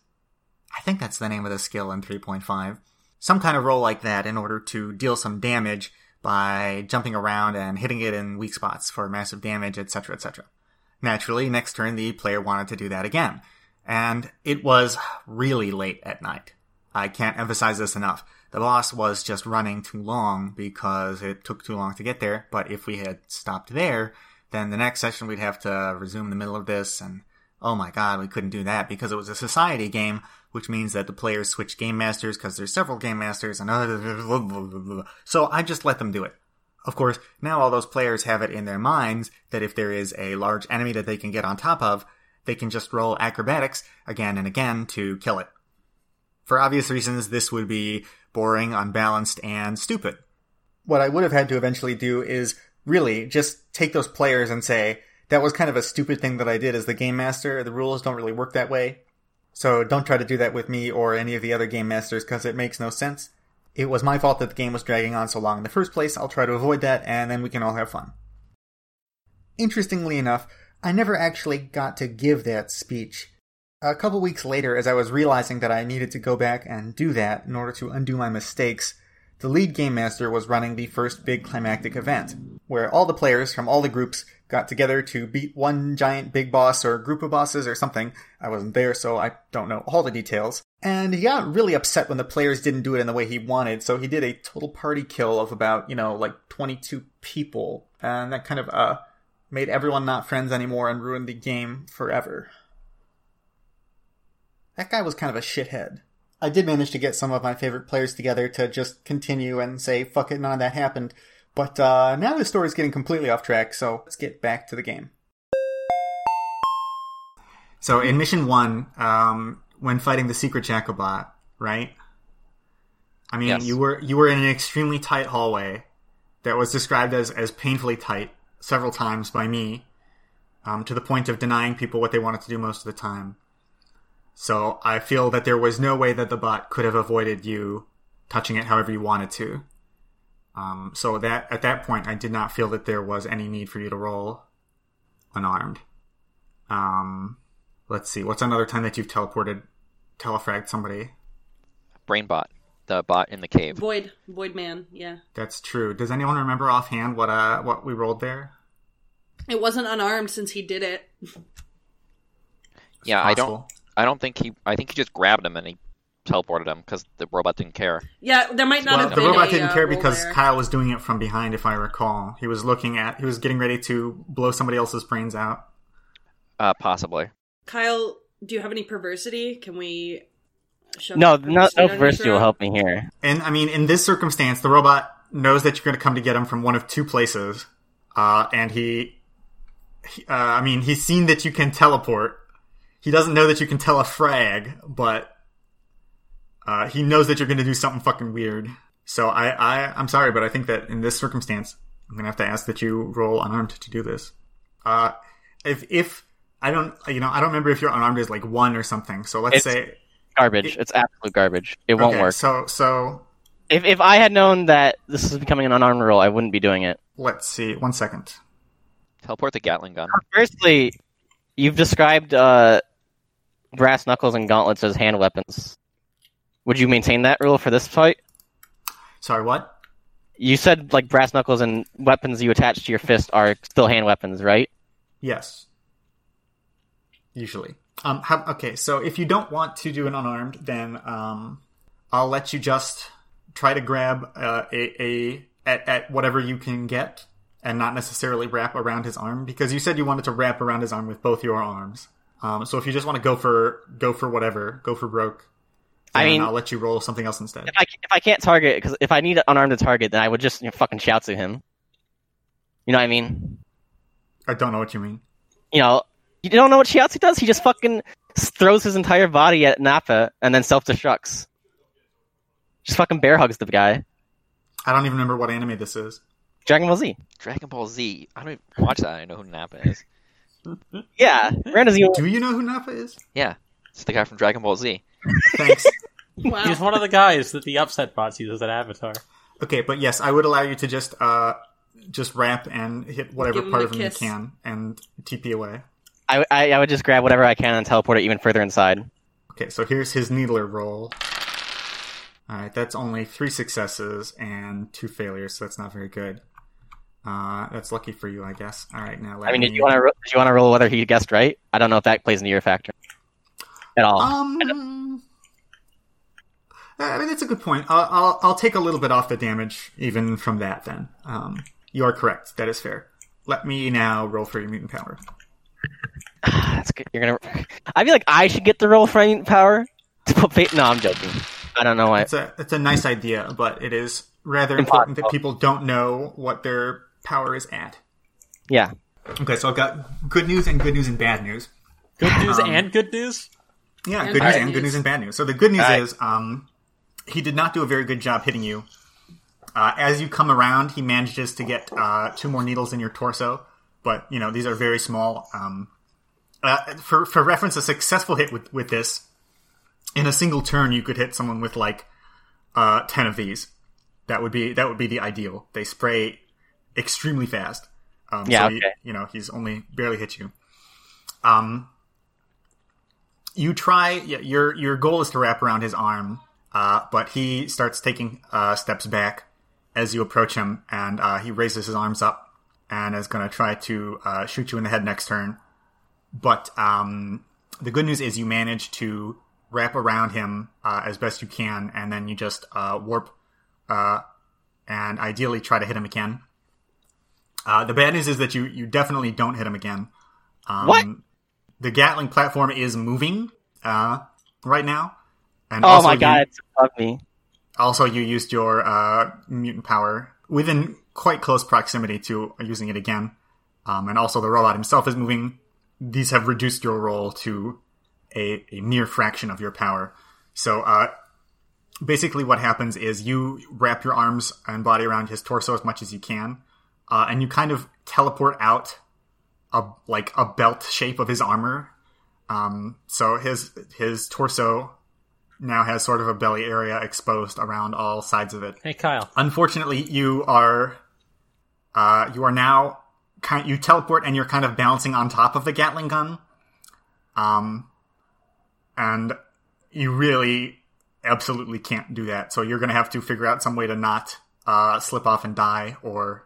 Speaker 1: I think that's the name of the skill in 3.5. Some kind of roll like that in order to deal some damage, by jumping around and hitting it in weak spots for massive damage, etc., etc. Naturally, next turn the player wanted to do that again, and it was really late at night. I can't emphasize this enough. The boss was just running too long because it took too long to get there, but if we had stopped there, then the next session we'd have to resume the middle of this and oh my god, we couldn't do that because it was a society game, which means that the players switch game masters because there's several game masters and other. So I just let them do it. Of course, now all those players have it in their minds that if there is a large enemy that they can get on top of, they can just roll acrobatics again and again to kill it. For obvious reasons, this would be boring, unbalanced, and stupid. What I would have had to eventually do is really just take those players and say, that was kind of a stupid thing that I did as the game master. The rules don't really work that way. So don't try to do that with me or any of the other game masters because it makes no sense. It was my fault that the game was dragging on so long in the first place. I'll try to avoid that and then we can all have fun. Interestingly enough, I never actually got to give that speech. A couple weeks later, as I was realizing that I needed to go back and do that in order to undo my mistakes, the lead game master was running the first big climactic event, where all the players from all the groups got together to beat one giant big boss or group of bosses or something. I wasn't there, so I don't know all the details. And he got really upset when the players didn't do it in the way he wanted, so he did a total party kill of about, you know, like 22 people. And that kind of, uh, made everyone not friends anymore and ruined the game forever. That guy was kind of a shithead. I did manage to get some of my favorite players together to just continue and say, fuck it, none of that happened. But uh, now the story's getting completely off track, so let's get back to the game. So in mission one, um, when fighting the secret Jacobot, right? I mean,
Speaker 3: Yes.
Speaker 1: you were you were in an extremely tight hallway that was described as as painfully tight several times by me, um, to the point of denying people what they wanted to do most of the time. So I feel that there was no way that the bot could have avoided you touching it however you wanted to. Um, so that at that point, I did not feel that there was any need for you to roll unarmed. Um, let's see. What's another time that you've teleported, telefragged somebody?
Speaker 3: Brainbot, the bot in the cave.
Speaker 5: Void, Void Man, yeah.
Speaker 1: That's true. Does anyone remember offhand what uh what we rolled there?
Speaker 5: It wasn't unarmed since he did it.
Speaker 3: Yeah, I don't.
Speaker 1: Possible.
Speaker 3: I don't think he. I think he just grabbed him and he teleported him because the robot didn't care.
Speaker 5: Yeah, there might not
Speaker 1: Well,
Speaker 5: have
Speaker 1: the
Speaker 5: been
Speaker 1: robot
Speaker 5: a,
Speaker 1: didn't
Speaker 5: uh,
Speaker 1: care
Speaker 5: roll
Speaker 1: because
Speaker 5: there.
Speaker 1: Kyle was doing it from behind, if I recall. He was looking at. He was getting ready to blow somebody else's brains out.
Speaker 3: Uh, possibly.
Speaker 5: Kyle, do you have any perversity? Can we? shove
Speaker 2: No,
Speaker 5: some
Speaker 2: no, no
Speaker 5: down your
Speaker 2: diversity will
Speaker 5: throat?
Speaker 2: help me here.
Speaker 1: And I mean, in this circumstance, the robot knows that you're going to come to get him from one of two places, uh, and he, he uh, I mean, he's seen that you can teleport. He doesn't know that you can telefrag, but uh, he knows that you're going to do something fucking weird. So I, I, I'm sorry, but I think that in this circumstance, I'm going to have to ask that you roll unarmed to do this. Uh, if if I don't, you know, I don't remember if your unarmed is like one or something. So let's
Speaker 2: It's-
Speaker 1: say
Speaker 2: Garbage. It's absolute garbage. It won't
Speaker 1: okay,
Speaker 2: work.
Speaker 1: So so
Speaker 2: If, if I had known that this is becoming an unarmed roll, I wouldn't be doing it.
Speaker 1: let's see. One second.
Speaker 3: Teleport the Gatling gun.
Speaker 2: Firstly, you've described uh, brass knuckles and gauntlets as hand weapons. Would you maintain that rule for this fight?
Speaker 1: Sorry, what?
Speaker 2: You said like brass knuckles and weapons you attach to your fist are still hand weapons, right?
Speaker 1: Yes. Usually. Um. How, okay. So if you don't want to do an unarmed, then um, I'll let you just try to grab uh, a a at at whatever you can get, and not necessarily wrap around his arm because you said you wanted to wrap around his arm with both your arms. Um. So if you just want to go for go for whatever, go for broke.
Speaker 2: I
Speaker 1: then
Speaker 2: mean-
Speaker 1: I'll let you roll something else instead.
Speaker 2: If I, if I can't target, because if I need an unarmed to target, then I would just you know, fucking shout to him. You know what I mean?
Speaker 1: I don't know what you mean.
Speaker 2: You know, you don't know what Shiatsu does? He just fucking s- throws his entire body at Nappa and then self destructs. Just fucking bear hugs the guy.
Speaker 1: I don't even remember what anime this is.
Speaker 2: Dragon Ball Z.
Speaker 3: Dragon Ball Z. I don't even watch that. I know who Nappa is.
Speaker 2: Yeah, Miranda's the
Speaker 1: Do you know who Nappa is?
Speaker 3: Yeah, it's the guy from Dragon Ball Z.
Speaker 1: Thanks.
Speaker 4: He's
Speaker 5: Wow.
Speaker 4: one of the guys that the upset bots use as an avatar.
Speaker 1: Okay, but yes, I would allow you to just uh just wrap and hit whatever
Speaker 5: Give him
Speaker 1: part
Speaker 5: the
Speaker 1: of him you
Speaker 5: kiss.
Speaker 1: can and TP away.
Speaker 2: I, I, I would just grab whatever I can and teleport it even further inside.
Speaker 1: Okay, so here's his needler roll. All right, that's only three successes and two failures, so that's not very good. Uh, that's lucky for you, I guess. All right, now let
Speaker 2: I mean,
Speaker 1: me...
Speaker 2: did you want to did you want to roll whether he guessed right? I don't know if that plays into your factor at all.
Speaker 1: Um, I mean, that's a good point. I'll, I'll, I'll take a little bit off the damage even from that. Then um, you are correct. That is fair. Let me now roll for your mutant power.
Speaker 2: That's good. You're gonna. I feel like I should get the roll for mutant power. To put fa- no, I'm joking. I don't know why.
Speaker 1: It's a it's a nice idea, but it is rather important that
Speaker 2: Impossible.
Speaker 1: people don't know what their power is at.
Speaker 2: Yeah.
Speaker 1: Okay, so I've got good news and good news and bad news.
Speaker 4: Good news
Speaker 1: Um,
Speaker 4: and good news.
Speaker 1: Yeah,
Speaker 5: And
Speaker 1: good news
Speaker 5: bad
Speaker 1: and good
Speaker 5: news.
Speaker 1: news and bad news. So the good news
Speaker 2: Alright.
Speaker 1: is, um, he did not do a very good job hitting you. Uh, as you come around, he manages to get uh, two more needles in your torso, but you know these are very small. Um, uh, for for reference, a successful hit with with this in a single turn, you could hit someone with like uh, ten of these. That would be that would be the ideal. They spray extremely fast. Um,
Speaker 2: Yeah,
Speaker 1: so
Speaker 2: okay.
Speaker 1: he, you know he's only barely hit you. Um, you try yeah, your your goal is to wrap around his arm uh, but he starts taking uh, steps back as you approach him and uh, he raises his arms up and is going to try to uh, shoot you in the head next turn but um, the good news is you manage to wrap around him uh, as best you can and then you just uh, warp uh, and ideally try to hit him again uh, the bad news is that you, you definitely don't hit him again um,
Speaker 2: What?
Speaker 1: the Gatling platform is moving uh, right now. And
Speaker 2: Oh
Speaker 1: also
Speaker 2: my
Speaker 1: you-
Speaker 2: god, it's above me.
Speaker 1: also, you used your uh, mutant power within quite close proximity to using it again. Um, and also, the robot himself is moving. These have reduced your roll to a, a mere fraction of your power. So, uh, basically, what happens is you wrap your arms and body around his torso as much as you can, uh, and you kind of teleport out a like a belt shape of his armor. Um, so his his torso now has sort of a belly area exposed around all sides of it.
Speaker 4: Hey, Kyle.
Speaker 1: Unfortunately, you are uh, you are now kind you teleport and you're kind of bouncing on top of the Gatling gun, um, and you really absolutely can't do that. So you're going to have to figure out some way to not uh, slip off and die, or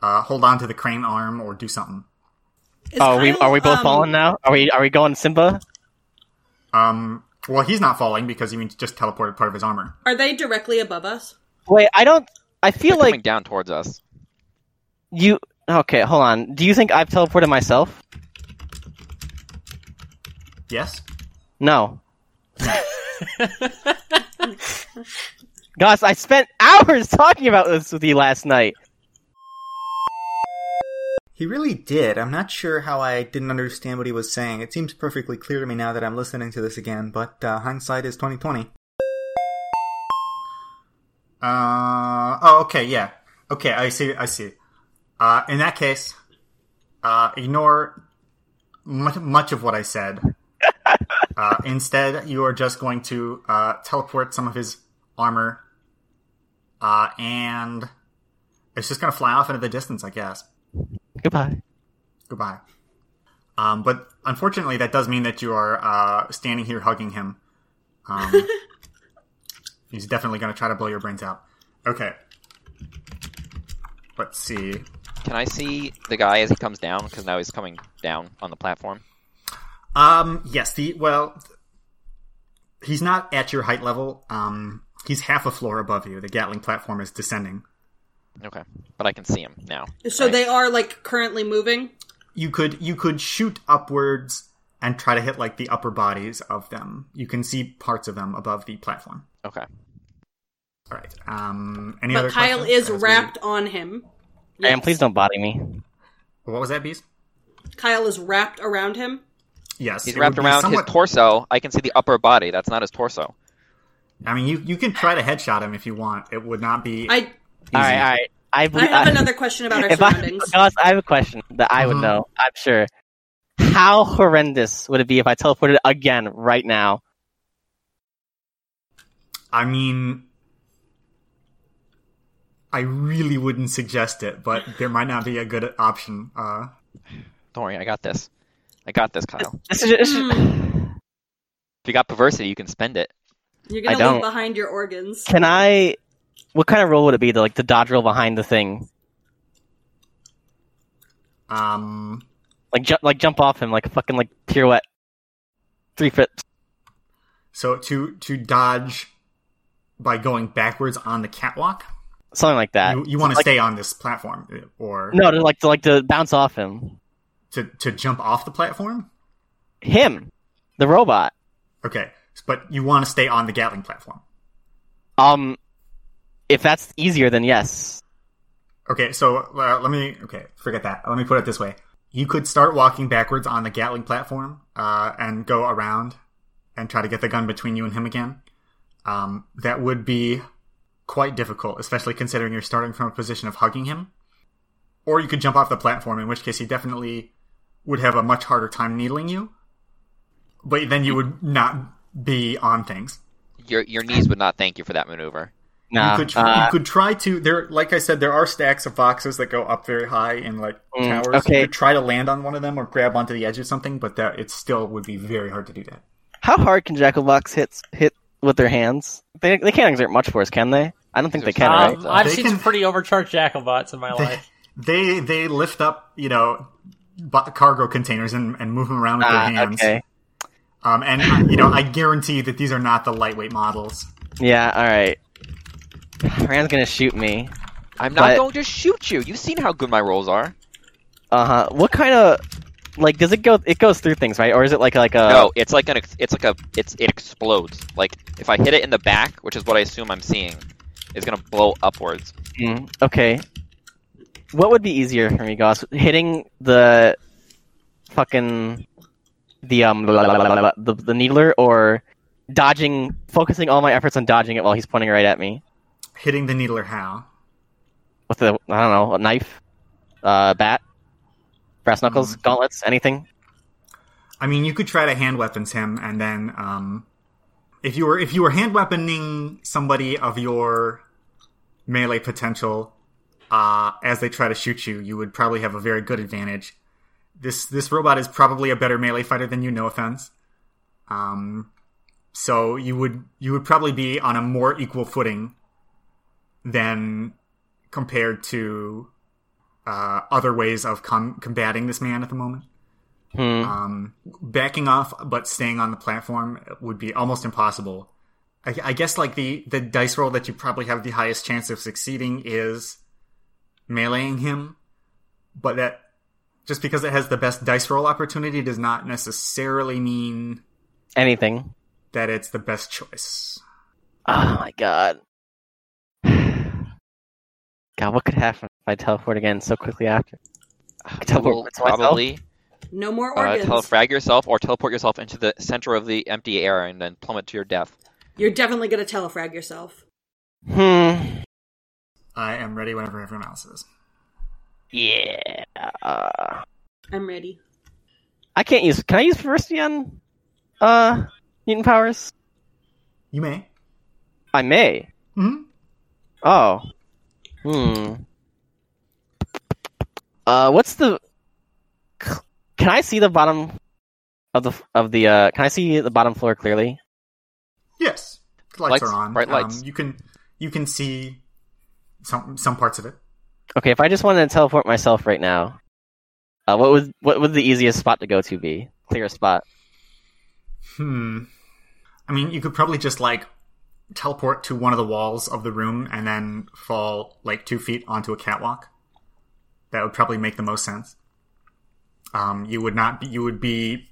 Speaker 1: uh, hold on to the crane arm, or do something.
Speaker 5: Is
Speaker 2: Oh, we
Speaker 5: Kyle,
Speaker 2: are we both
Speaker 5: um,
Speaker 2: falling now? Are we are we going Simba?
Speaker 1: Um, well, he's not falling because he just teleported part of his armor.
Speaker 5: Are they directly above us?
Speaker 2: Wait, I don't. I feel
Speaker 3: They're coming
Speaker 2: like
Speaker 3: down towards us.
Speaker 2: you. Okay, hold on. Do you think I've teleported myself?
Speaker 1: Yes.
Speaker 2: No. Gosh, I spent hours talking about this with you last night.
Speaker 1: He really did. I'm not sure how I didn't understand what he was saying. It seems perfectly clear to me now that I'm listening to this again, but uh, hindsight is 2020. Uh oh, okay, yeah. Okay, I see I see. Uh in that case, uh ignore much, much of what I said. Uh, instead, you are just going to uh, teleport some of his armor, uh, and it's just going to fly off into the distance, I guess.
Speaker 2: Goodbye.
Speaker 1: Goodbye. Um, but unfortunately, that does mean that you are uh, standing here hugging him. Um, he's definitely going to try to blow your brains out. Okay. Let's see.
Speaker 3: Can I see the guy as he comes down? Because now he's coming down on the platform.
Speaker 1: Um, yes, the well, he's not at your height level. Um, he's half a floor above you. The Gatling platform is descending.
Speaker 3: Okay, but I can see him now.
Speaker 5: So
Speaker 3: Right.
Speaker 5: they are like currently moving.
Speaker 1: you could you could shoot upwards and try to hit like the upper bodies of them. You can see parts of them above the platform.
Speaker 3: Okay.
Speaker 1: All right. Um, any other
Speaker 5: but Kyle
Speaker 1: questions?
Speaker 5: is
Speaker 1: As we-
Speaker 5: wrapped on him.
Speaker 2: And please don't body me.
Speaker 1: What was that, Beast?
Speaker 5: Kyle is wrapped around him.
Speaker 1: Yes,
Speaker 3: He's
Speaker 1: it
Speaker 3: wrapped
Speaker 1: would be
Speaker 3: around
Speaker 1: somewhat-
Speaker 3: his torso. I can see the upper body. That's not his torso.
Speaker 1: I mean, you you can try to headshot him if you want. It would not be.
Speaker 5: I
Speaker 2: All right, all right. I,
Speaker 5: I
Speaker 2: believe,
Speaker 5: have another question about our
Speaker 2: if I,
Speaker 5: surroundings.
Speaker 2: Goss, I have a question that I would
Speaker 1: Mhm.
Speaker 2: know. I'm sure. How horrendous would it be if I teleported again right now?
Speaker 1: I mean, I really wouldn't suggest it, but there might not be a good option. Uh,
Speaker 3: Don't worry, I got this. I got this, Kyle.
Speaker 2: This is, this is-
Speaker 5: Hmm.
Speaker 3: If you got perversity, you can spend it.
Speaker 5: You're
Speaker 2: I
Speaker 5: gonna
Speaker 2: don't.
Speaker 5: leave behind your organs.
Speaker 2: Can I? What kind of roll would it be? The like the dodge roll behind the thing,
Speaker 6: Um,
Speaker 2: like ju- like jump off him, like a fucking like pirouette, three foot.
Speaker 1: So to to dodge by going backwards on the catwalk,
Speaker 2: something like
Speaker 3: Uh,
Speaker 2: that.
Speaker 1: you, you want to
Speaker 2: like-
Speaker 1: stay on this platform, uh, or
Speaker 2: No, to like to like to bounce off him.
Speaker 1: to to jump off the platform.
Speaker 2: Him, the robot.
Speaker 1: Okay, but you want to stay on the Gatling platform.
Speaker 2: Um, if that's easier, then yes.
Speaker 1: Okay, so uh, let me. Okay, forget that. Let me put it this way: you could start walking backwards on the Gatling platform uh, and go around and try to get the gun between you and him again. Um, that would be quite difficult, especially considering you're starting from a position of hugging him. Or you could jump off the platform, in which case he definitely would have a much harder time needling you. But then you would not be on things.
Speaker 3: Your your knees would not thank you for that maneuver.
Speaker 2: Nah.
Speaker 1: You could, tr-
Speaker 2: uh,
Speaker 1: you could try to there. Like I said, there are stacks of boxes that go up very high in like
Speaker 2: Mm,
Speaker 1: towers.
Speaker 2: okay.
Speaker 1: You could try to land on one of them or grab onto the edge of something, but that it still would be very hard to do that.
Speaker 2: how hard can Jackalbox hit hit with their hands? They they can't exert much force, can they? I don't think they can. Right?
Speaker 4: Um, I've
Speaker 1: They
Speaker 4: seen
Speaker 1: can-
Speaker 4: some pretty overcharged jackalbots in my
Speaker 1: They
Speaker 4: life.
Speaker 1: they, they lift up you know bu- cargo containers and, and move them around with
Speaker 2: Ah,
Speaker 1: their hands.
Speaker 2: okay.
Speaker 1: Um, and you know I guarantee that these are not the lightweight models.
Speaker 2: Yeah. All right. Ran's gonna shoot me.
Speaker 3: I'm not
Speaker 2: But-
Speaker 3: going to shoot you. You've seen how good my rolls are.
Speaker 2: Uh huh. What kind of like does it go? It goes through things, right? Or is it like like a?
Speaker 3: no, it's like an ex- it's like a it's it explodes. Like if I hit it in the back, which is what I assume I'm seeing, it's gonna blow upwards.
Speaker 2: Mm, okay. What would be easier for me, Goss? Hitting the fucking the um the, the needler or dodging focusing all my efforts on dodging it while he's pointing right at me
Speaker 1: Hitting the needler how?
Speaker 2: with the I don't know, a knife, uh bat, brass knuckles, gauntlets, anything.
Speaker 1: I mean, you could try to hand weapons him, and then um, if you were if you were hand weaponing somebody of your melee potential uh, as they try to shoot you, you would probably have a very good advantage. This this robot is probably a better melee fighter than you. No offense. Um, so you would you would probably be on a more equal footing than compared to uh, other ways of com- combating this man at the moment.
Speaker 3: Mm-hmm.
Speaker 2: Hmm.
Speaker 1: Um, backing off but staying on the platform would be almost impossible. I, I guess like the the dice roll that you probably have the highest chance of succeeding is meleeing him, but that just because it has the best dice roll opportunity does not necessarily mean
Speaker 2: Anything.
Speaker 1: that it's the best choice.
Speaker 2: Oh my god. God, what could happen if I teleport again so quickly after?
Speaker 3: You
Speaker 2: teleport
Speaker 3: will
Speaker 2: with myself?
Speaker 3: probably
Speaker 5: No more
Speaker 3: uh,
Speaker 5: organs.
Speaker 3: telefrag yourself or teleport yourself into the center of the empty air and then plummet to your death.
Speaker 5: You're definitely gonna telefrag yourself.
Speaker 2: Hmm.
Speaker 1: I am ready whenever everyone else is.
Speaker 2: Yeah.
Speaker 5: I'm ready.
Speaker 2: I can't use. Can I use Perversity on uh, mutant powers?
Speaker 1: You may.
Speaker 2: I may.
Speaker 1: hmm
Speaker 2: Oh. Hmm. Uh, what's the? Can I see the bottom of the of the? Uh, can I see the bottom floor clearly?
Speaker 1: Yes. Lights,
Speaker 3: Lights,
Speaker 1: are on.
Speaker 3: bright
Speaker 1: Um,
Speaker 3: lights.
Speaker 1: you can you can see some some parts of it.
Speaker 2: Okay, if I just wanted to teleport myself right now, uh, what would what would the easiest spot to go to be? Clearest spot.
Speaker 1: Hmm. I mean, you could probably just like teleport to one of the walls of the room and then fall like two feet onto a catwalk. That would probably make the most sense. Um, you would not. Be, you would be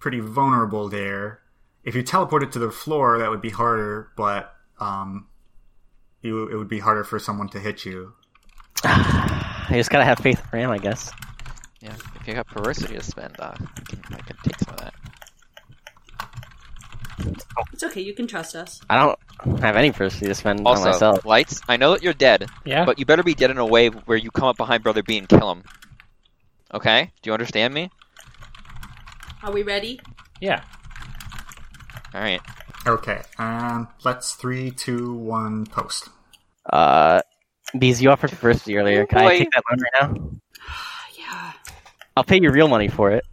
Speaker 1: pretty vulnerable there. If you teleported to the floor, that would be harder, but um, you it would be harder for someone to hit you.
Speaker 2: I just gotta have faith in Ram, I guess.
Speaker 3: Yeah, if you got perversity to spend, uh, I, can, I can take some of that.
Speaker 5: It's okay. You can trust us.
Speaker 2: I don't have any Perversity to spend
Speaker 3: Also,
Speaker 2: on myself.
Speaker 3: lights. I know that you're dead,
Speaker 4: Yeah.
Speaker 3: but you better be dead in a way where you come up behind brother B and kill him. Okay? Do you understand me?
Speaker 5: Are we ready?
Speaker 4: yeah.
Speaker 3: All right.
Speaker 1: Okay, um, let's three, two, one, post.
Speaker 2: Uh, Bees, you offered Perversity earlier. Can I
Speaker 3: Boy.
Speaker 2: take that loan right now?
Speaker 5: Yeah.
Speaker 2: I'll pay you real money for it.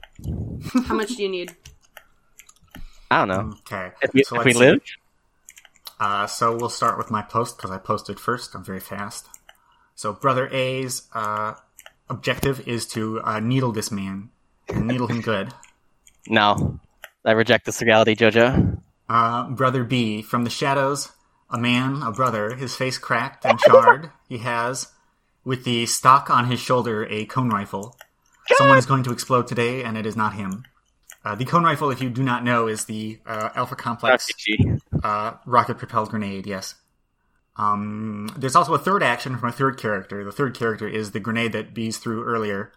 Speaker 5: How much do you need?
Speaker 2: I don't know.
Speaker 1: Okay.
Speaker 2: Oh. If we,
Speaker 1: Mm. so
Speaker 2: if we
Speaker 1: let's see.
Speaker 2: live,
Speaker 1: Uh, so we'll start with my post because I posted first. I'm very fast. So brother A's uh, objective is to uh, needle this man, and needle him good.
Speaker 2: no. I reject this reality, Jojo.
Speaker 1: Uh, brother B from the shadows, a man, a brother, his face cracked and charred. he has, with the stock on his shoulder, a cone rifle. Someone is going to explode today, and it is not him. Uh, the cone rifle, if you do not know, is the uh, Alpha Complex
Speaker 2: RPG.
Speaker 1: uh, rocket propelled grenade, yes. Um, there's also a third action from a third character. The third character is the grenade that Bees threw earlier,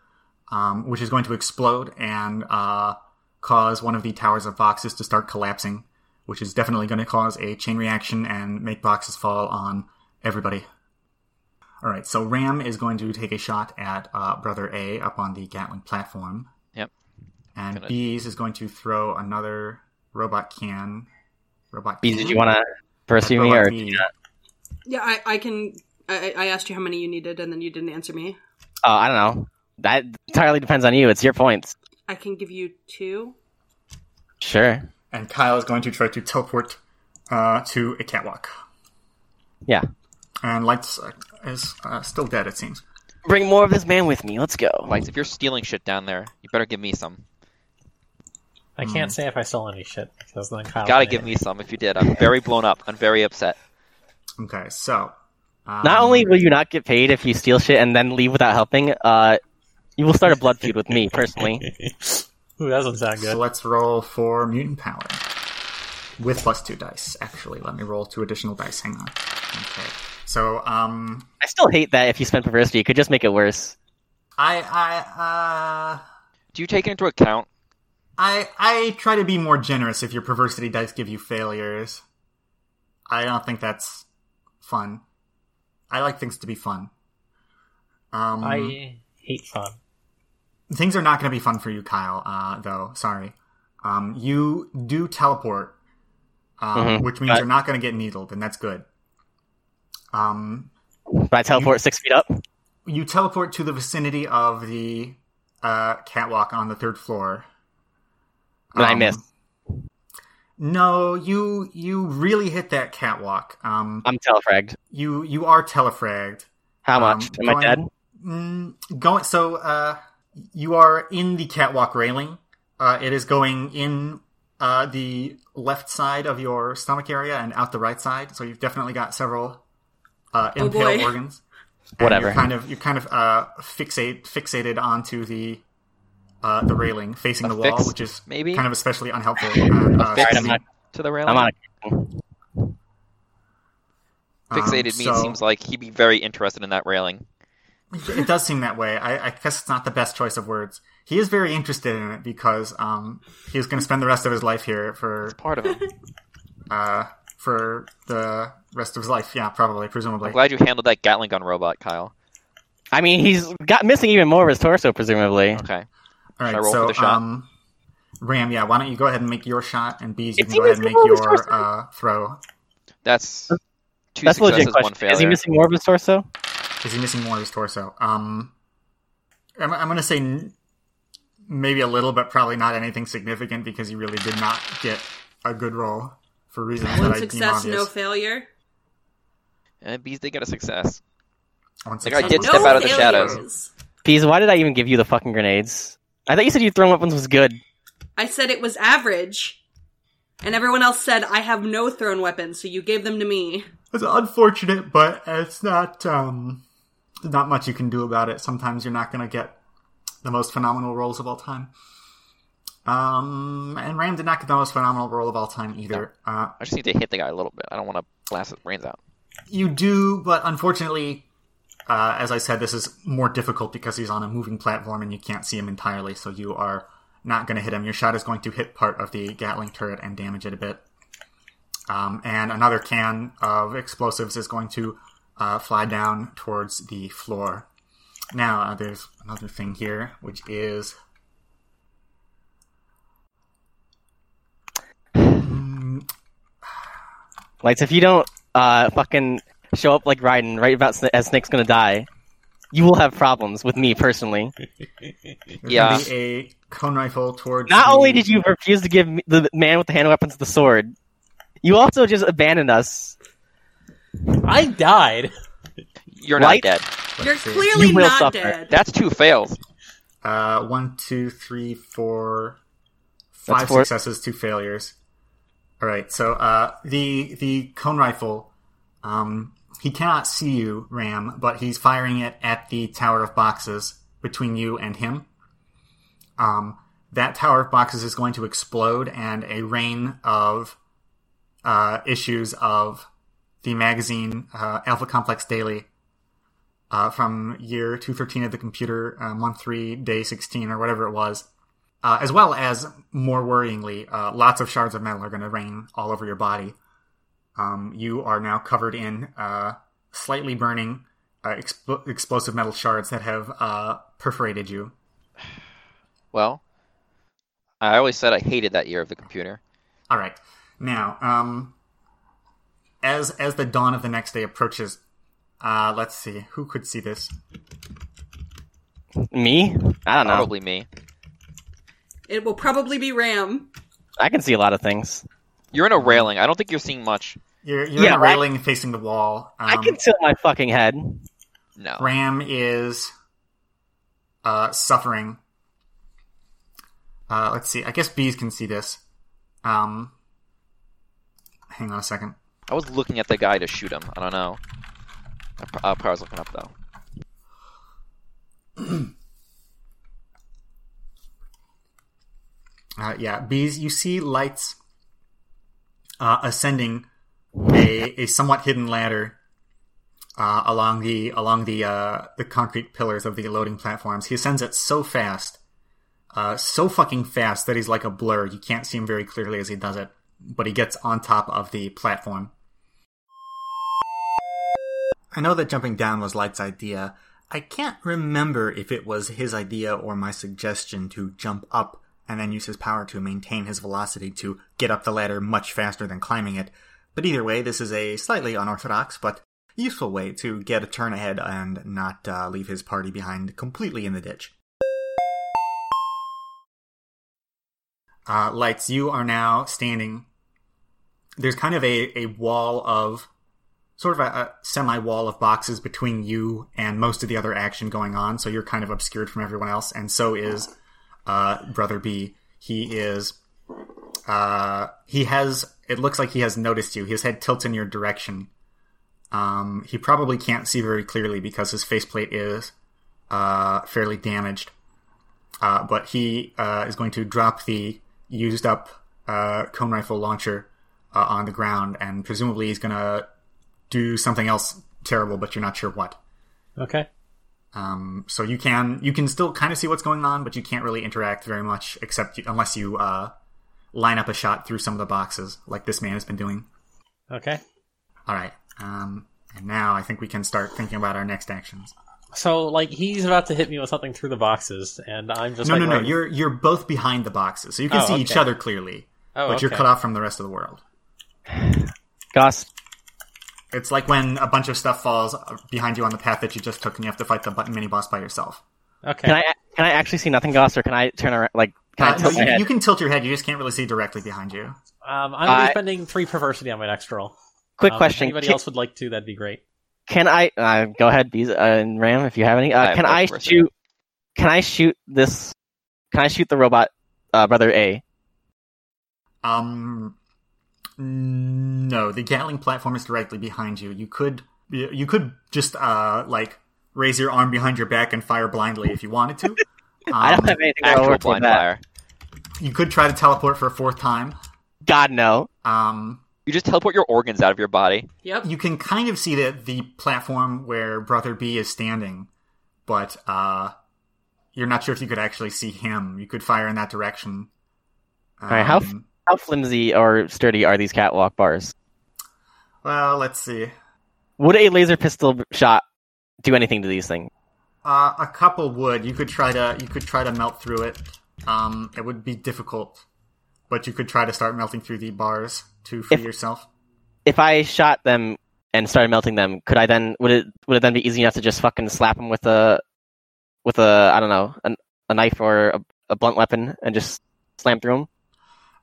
Speaker 1: um, which is going to explode and uh, cause one of the towers of boxes to start collapsing, which is definitely going to cause a chain reaction and make boxes fall on everybody. All right, so Ram is going to take a shot at uh, Brother A up on the Gatling platform.
Speaker 3: Yep.
Speaker 1: And
Speaker 3: Gonna-
Speaker 1: Bees is going to throw another robot can. Robot
Speaker 2: Bees,
Speaker 1: can?
Speaker 2: did you want to pursue me
Speaker 1: Robot
Speaker 2: or
Speaker 1: bee.
Speaker 2: do you not?
Speaker 5: Yeah, I, I can. I, I asked you how many you needed, and then you didn't answer me.
Speaker 2: Oh, I don't know. That entirely depends on you. It's your points.
Speaker 5: I can give you two.
Speaker 2: Sure.
Speaker 1: and Kyle is going to try to teleport uh, to a catwalk.
Speaker 2: Yeah.
Speaker 1: And Lights uh, is uh, still dead, it seems.
Speaker 2: Bring more of this man with me. Let's go.
Speaker 3: Lights, if you're stealing shit down there, you better give me some.
Speaker 4: I
Speaker 1: Hmm.
Speaker 4: can't say if I stole any shit because then Kyle.
Speaker 3: Gotta
Speaker 4: can
Speaker 3: give
Speaker 4: hit
Speaker 3: me some if you did. I'm very blown up. I'm very upset.
Speaker 1: Okay, so. Um,
Speaker 2: Not only will you not get paid if you steal shit and then leave without helping, uh, you will start a blood feud with me personally.
Speaker 4: Ooh, that doesn't sound
Speaker 1: So
Speaker 4: good.
Speaker 1: let's roll for mutant power. With plus two dice, actually. Let me roll two additional dice. Hang on. Okay. So, um,
Speaker 2: I still hate that if you spend perversity, it could just make it worse.
Speaker 1: I, I, uh,
Speaker 3: Do you take into account?
Speaker 1: I, I try to be more generous if your perversity dice give you failures. I don't think that's fun. I like things to be fun. Um,
Speaker 4: I hate fun.
Speaker 1: things are not going to be fun for you, Kyle. Uh, though, sorry. Um, you do teleport, um,
Speaker 2: Mhm.
Speaker 1: which means
Speaker 2: But-
Speaker 1: you're not going to get needled, and that's good. Um,
Speaker 2: But I teleport six feet up.
Speaker 1: you teleport to the vicinity of the uh, catwalk on the third floor.
Speaker 2: But
Speaker 1: Um,
Speaker 2: I miss.
Speaker 1: No, you you really hit that catwalk. Um,
Speaker 2: I'm telefragged.
Speaker 1: you you are telefragged.
Speaker 2: How
Speaker 1: Um,
Speaker 2: much? Am I
Speaker 1: going-
Speaker 2: dead?
Speaker 1: Mm, going so uh, you are in the catwalk railing. Uh, it is going in uh, the left side of your stomach area and out the right side. So you've definitely got several uh,
Speaker 5: Oh,
Speaker 1: impaled
Speaker 5: boy.
Speaker 1: organs. And
Speaker 2: Whatever.
Speaker 1: You're kind of you're kind of uh, fixate fixated onto the uh, the railing facing
Speaker 3: A
Speaker 1: the wall,
Speaker 3: fix,
Speaker 1: which is
Speaker 3: maybe?
Speaker 1: kind of especially unhelpful. And, uh,
Speaker 3: fix?
Speaker 2: Alright, I'm not.
Speaker 3: To the railing?
Speaker 2: I'm not.
Speaker 1: um,
Speaker 3: Fixated me
Speaker 1: so-
Speaker 3: seems like he'd be very interested in that railing.
Speaker 1: it does seem that way. I, I guess it's not the best choice of words. He is very interested in it because um, he's going to spend the rest of his life here for
Speaker 3: It's part of him.
Speaker 1: uh, for the rest of his life. Yeah, probably,
Speaker 3: I'm
Speaker 1: presumably.
Speaker 3: glad you handled that Gatling gun robot, Kyle.
Speaker 2: I mean, he's got missing even more of his torso, presumably.
Speaker 3: Okay.
Speaker 1: All
Speaker 3: Should I
Speaker 1: right,
Speaker 3: roll
Speaker 1: so
Speaker 3: for the shot?
Speaker 1: um, Ram, yeah, why don't you go ahead and make your shot, and Bees, you
Speaker 2: It's
Speaker 1: can go ahead and
Speaker 2: even
Speaker 1: make
Speaker 2: smaller
Speaker 1: your
Speaker 2: than yours.
Speaker 1: uh, throw.
Speaker 3: That's two
Speaker 2: That's a
Speaker 3: successes,
Speaker 2: legit question.
Speaker 3: one failure.
Speaker 2: Is he missing more of his torso?
Speaker 1: Is he missing more of his torso? Um, I'm, I'm going to say n- maybe a little, but probably not anything significant because he really did not get a good roll for reasons that
Speaker 5: One
Speaker 1: I
Speaker 5: success,
Speaker 1: deem
Speaker 5: no
Speaker 1: obvious.
Speaker 5: failure.
Speaker 3: and Eh, bees, they get a success.
Speaker 1: One
Speaker 3: Like, I
Speaker 1: success.
Speaker 3: did
Speaker 5: no
Speaker 3: step out of the
Speaker 5: failures.
Speaker 3: shadows.
Speaker 2: Peas, why did I even give you the fucking grenades? I thought you said you throwing weapons was good.
Speaker 5: I said it was average, and everyone else said I have no thrown weapons, so you gave them to me.
Speaker 1: It's unfortunate, but it's not um, not much you can do about it. Sometimes you're not going to get the most phenomenal rolls of all time. Um, and Ram did not get the most phenomenal roll of all time either. Uh,
Speaker 3: I just need to hit the guy a little bit. I don't want to blast his brains out.
Speaker 1: you do, but unfortunately, uh, as I said, this is more difficult because he's on a moving platform and you can't see him entirely, so you are not going to hit him. Your shot is going to hit part of the Gatling turret and damage it a bit. Um, and another can of explosives is going to uh, fly down towards the floor. Now, uh, there's another thing here, which is. Hmm,
Speaker 2: Lights, if you don't uh, fucking show up like Raiden right about Sna- as Snake's gonna die, you will have problems with me personally.
Speaker 1: There's
Speaker 3: Yeah.
Speaker 1: gonna be a cone rifle towards.
Speaker 2: Not
Speaker 1: the-
Speaker 2: only did you refuse to give me, the man with the hand weapons the sword, you also just abandoned us.
Speaker 4: I died.
Speaker 3: You're not
Speaker 2: Like-
Speaker 3: dead.
Speaker 1: Let's
Speaker 5: You're
Speaker 1: see.
Speaker 5: clearly
Speaker 2: You will
Speaker 5: not
Speaker 2: suffer.
Speaker 5: dead.
Speaker 3: That's two fails.
Speaker 1: Uh, one, two, three, four, five
Speaker 2: four.
Speaker 1: successes, two failures. All right. So uh, the the cone rifle, um, he cannot see you, Ram, but he's firing it at the tower of boxes between you and him. Um, that tower of boxes is going to explode, and a rain of uh, issues of the magazine uh, Alpha Complex Daily uh, from year 213 of the computer, uh, month 3, day 16, or whatever it was, uh, as well as, more worryingly, uh, lots of shards of metal are going to rain all over your body. Um, you are now covered in uh, slightly burning uh, expl- explosive metal shards that have uh, perforated you.
Speaker 3: Well, I always said I hated that year of the computer.
Speaker 1: All right. Now, um, as as the dawn of the next day approaches, uh, let's see who could see this.
Speaker 2: Me? I don't know.
Speaker 3: Probably me.
Speaker 5: It will probably be Ram.
Speaker 2: I can see a lot of things.
Speaker 3: You're in a railing. I don't think you're seeing much.
Speaker 1: You're you're
Speaker 2: Yeah,
Speaker 1: in a
Speaker 2: right.
Speaker 1: railing facing the wall. Um,
Speaker 2: I can tilt my fucking head.
Speaker 3: No.
Speaker 1: Ram is uh, suffering. Uh, let's see. I guess bees can see this. Um, hang on a second.
Speaker 3: I was looking at the guy to shoot him. I don't know. I, pr- I probably was looking up though.
Speaker 1: Uh, yeah, bees. You see lights uh, ascending a, a somewhat hidden ladder uh, along the along the uh, the concrete pillars of the loading platforms. He ascends it so fast, uh, so fucking fast that he's like a blur. You can't see him very clearly as he does it, but he gets on top of the platform. I know that jumping down was Light's idea. I can't remember if it was his idea or my suggestion to jump up and then use his power to maintain his velocity to get up the ladder much faster than climbing it. But either way, this is a slightly unorthodox but useful way to get a turn ahead and not uh, leave his party behind completely in the ditch. Uh, Lights, you are now standing. There's kind of a, a wall of sort of a, a semi wall of boxes between you and most of the other action going on, so you're kind of obscured from everyone else, and so is uh, Brother B. He is. Uh, he has. It looks like he has noticed you. His head tilts in your direction. Um, he probably can't see very clearly because his faceplate is uh, fairly damaged. Uh, but he uh, is going to drop the used up uh, cone rifle launcher uh, on the ground, and presumably he's going to do something else terrible, but you're not sure what.
Speaker 4: Okay.
Speaker 1: Um, so you can you can still kind of see what's going on, but you can't really interact very much, except you, unless you uh, line up a shot through some of the boxes, like this man has been doing.
Speaker 4: Okay.
Speaker 1: All right, um, and now I think we can start thinking about our next actions.
Speaker 4: So like he's about to hit me with something through the boxes, and I'm just
Speaker 1: no,
Speaker 4: like,
Speaker 1: no, no.
Speaker 4: right-
Speaker 1: You're you're both behind the boxes, so you can
Speaker 4: Oh,
Speaker 1: see each
Speaker 4: okay.
Speaker 1: other clearly,
Speaker 4: Oh,
Speaker 1: but you're
Speaker 4: okay.
Speaker 1: cut off from the rest of the world.
Speaker 2: Goss,
Speaker 1: It's like when a bunch of stuff falls uh, behind you on the path that you just took, and you have to fight the bu- mini boss by yourself.
Speaker 4: Okay.
Speaker 2: can I can I actually see nothing, Goss, or can I turn around? Like, can
Speaker 1: Uh,
Speaker 2: I
Speaker 1: no,
Speaker 2: tilt my
Speaker 1: you,
Speaker 2: head?
Speaker 1: you can tilt your head; you just can't really see directly behind you.
Speaker 4: Um, I'm gonna be
Speaker 2: I-
Speaker 4: spending three perversity on my next roll.
Speaker 2: Quick
Speaker 4: Um,
Speaker 2: question:
Speaker 4: If anybody
Speaker 2: Ki-
Speaker 4: else would like to? That'd be great.
Speaker 2: Can I uh, go ahead, Beez, uh, and Ram, if you have any?
Speaker 3: I
Speaker 2: Uh,
Speaker 3: have
Speaker 2: can
Speaker 3: no
Speaker 2: I
Speaker 3: person.
Speaker 2: shoot? Can I shoot this? Can I shoot the robot, uh, brother A?
Speaker 1: Um, no, the Gatling platform is directly behind you. You could you you could just uh like raise your arm behind your back and fire blindly if you wanted to. Um,
Speaker 2: I don't have anything that'll
Speaker 3: Actual
Speaker 2: work for
Speaker 3: blind
Speaker 2: that.
Speaker 3: fire.
Speaker 1: you could try to teleport for a fourth time.
Speaker 2: God no.
Speaker 1: Um,
Speaker 3: You just teleport your organs out of your body.
Speaker 5: Yep.
Speaker 1: you can kind of see that the platform where Brother B is standing, but uh, you're not sure if you could actually see him. You could fire in that direction. Um,
Speaker 2: right, how f- How flimsy or sturdy are these catwalk bars?
Speaker 1: well, let's see.
Speaker 2: Would a laser pistol b- shot do anything to these things?
Speaker 1: Uh, a couple would. You could try to you could try to melt through it. Um, it would be difficult, but you could try to start melting through the bars to free
Speaker 2: If-
Speaker 1: yourself.
Speaker 2: If I shot them, and started melting them, could I then would it would it then be easy enough to just fucking slap him with a with a I don't know an, a knife or a, a blunt weapon and just slam through him?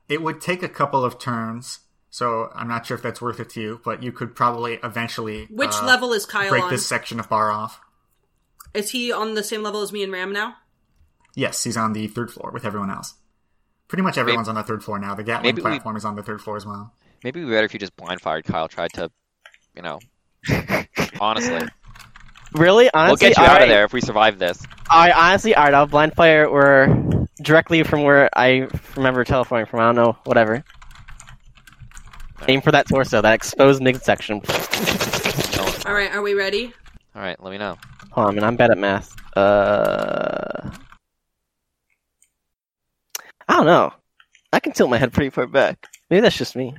Speaker 1: It would take a couple of turns, so I'm not sure if that's worth it to you, but you could probably eventually
Speaker 5: Which
Speaker 1: uh,
Speaker 5: level is Kyle
Speaker 1: break
Speaker 5: on?
Speaker 1: this section of bar off.
Speaker 5: Is he on the same level as me and Ram now?
Speaker 1: Yes, he's on the third floor with everyone else. Pretty much everyone's on the third floor now. The Gatling
Speaker 3: maybe we-
Speaker 1: platform is on the third floor as well.
Speaker 3: Maybe it'd be better if you just blind fired Kyle. Tried to, you know. honestly,
Speaker 2: Really? Honestly,
Speaker 3: we'll get you
Speaker 2: All
Speaker 3: out
Speaker 2: right.
Speaker 3: of there if we survive this.
Speaker 2: I honestly, all right, I'll blind fire or directly from where I remember telephoning from. I don't know, whatever. Aim for that torso, that exposed mid section.
Speaker 3: No.
Speaker 5: All right, are we ready?
Speaker 3: All right, let me know.
Speaker 2: Hold on, man, I'm bad at math. Uh, I don't know. I can tilt my head pretty far back. Maybe that's just me.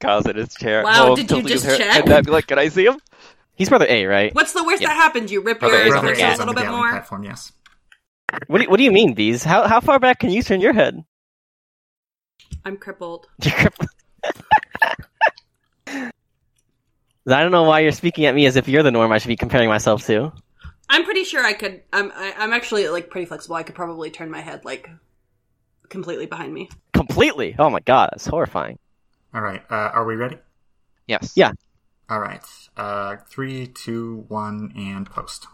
Speaker 3: Kyle's in his chair. Oh,
Speaker 5: Wow,
Speaker 3: I'm
Speaker 5: did you
Speaker 3: tilting his
Speaker 5: just
Speaker 3: hair.
Speaker 5: check?
Speaker 3: And that'd be like, can I see him?
Speaker 2: He's brother A, right?
Speaker 5: What's the worst
Speaker 3: Yeah.
Speaker 5: that happened? You rip
Speaker 3: Brother
Speaker 5: your
Speaker 3: is on the
Speaker 5: muscles
Speaker 3: gas.
Speaker 5: a little bit
Speaker 1: Gatling
Speaker 5: more.
Speaker 1: platform, yes.
Speaker 2: What do you, what do you mean, bees? How how far back can you turn your head?
Speaker 5: I'm crippled.
Speaker 2: I don't know why you're speaking at me as if you're the norm. I should be comparing myself to.
Speaker 5: I'm pretty sure I could. I'm. I, I'm actually like pretty flexible. I could probably turn my head like completely behind me.
Speaker 2: Completely. Oh my god, that's horrifying.
Speaker 1: All right, uh, are we ready?
Speaker 3: Yes.
Speaker 2: Yeah.
Speaker 1: All right, uh, three, two, one, and post.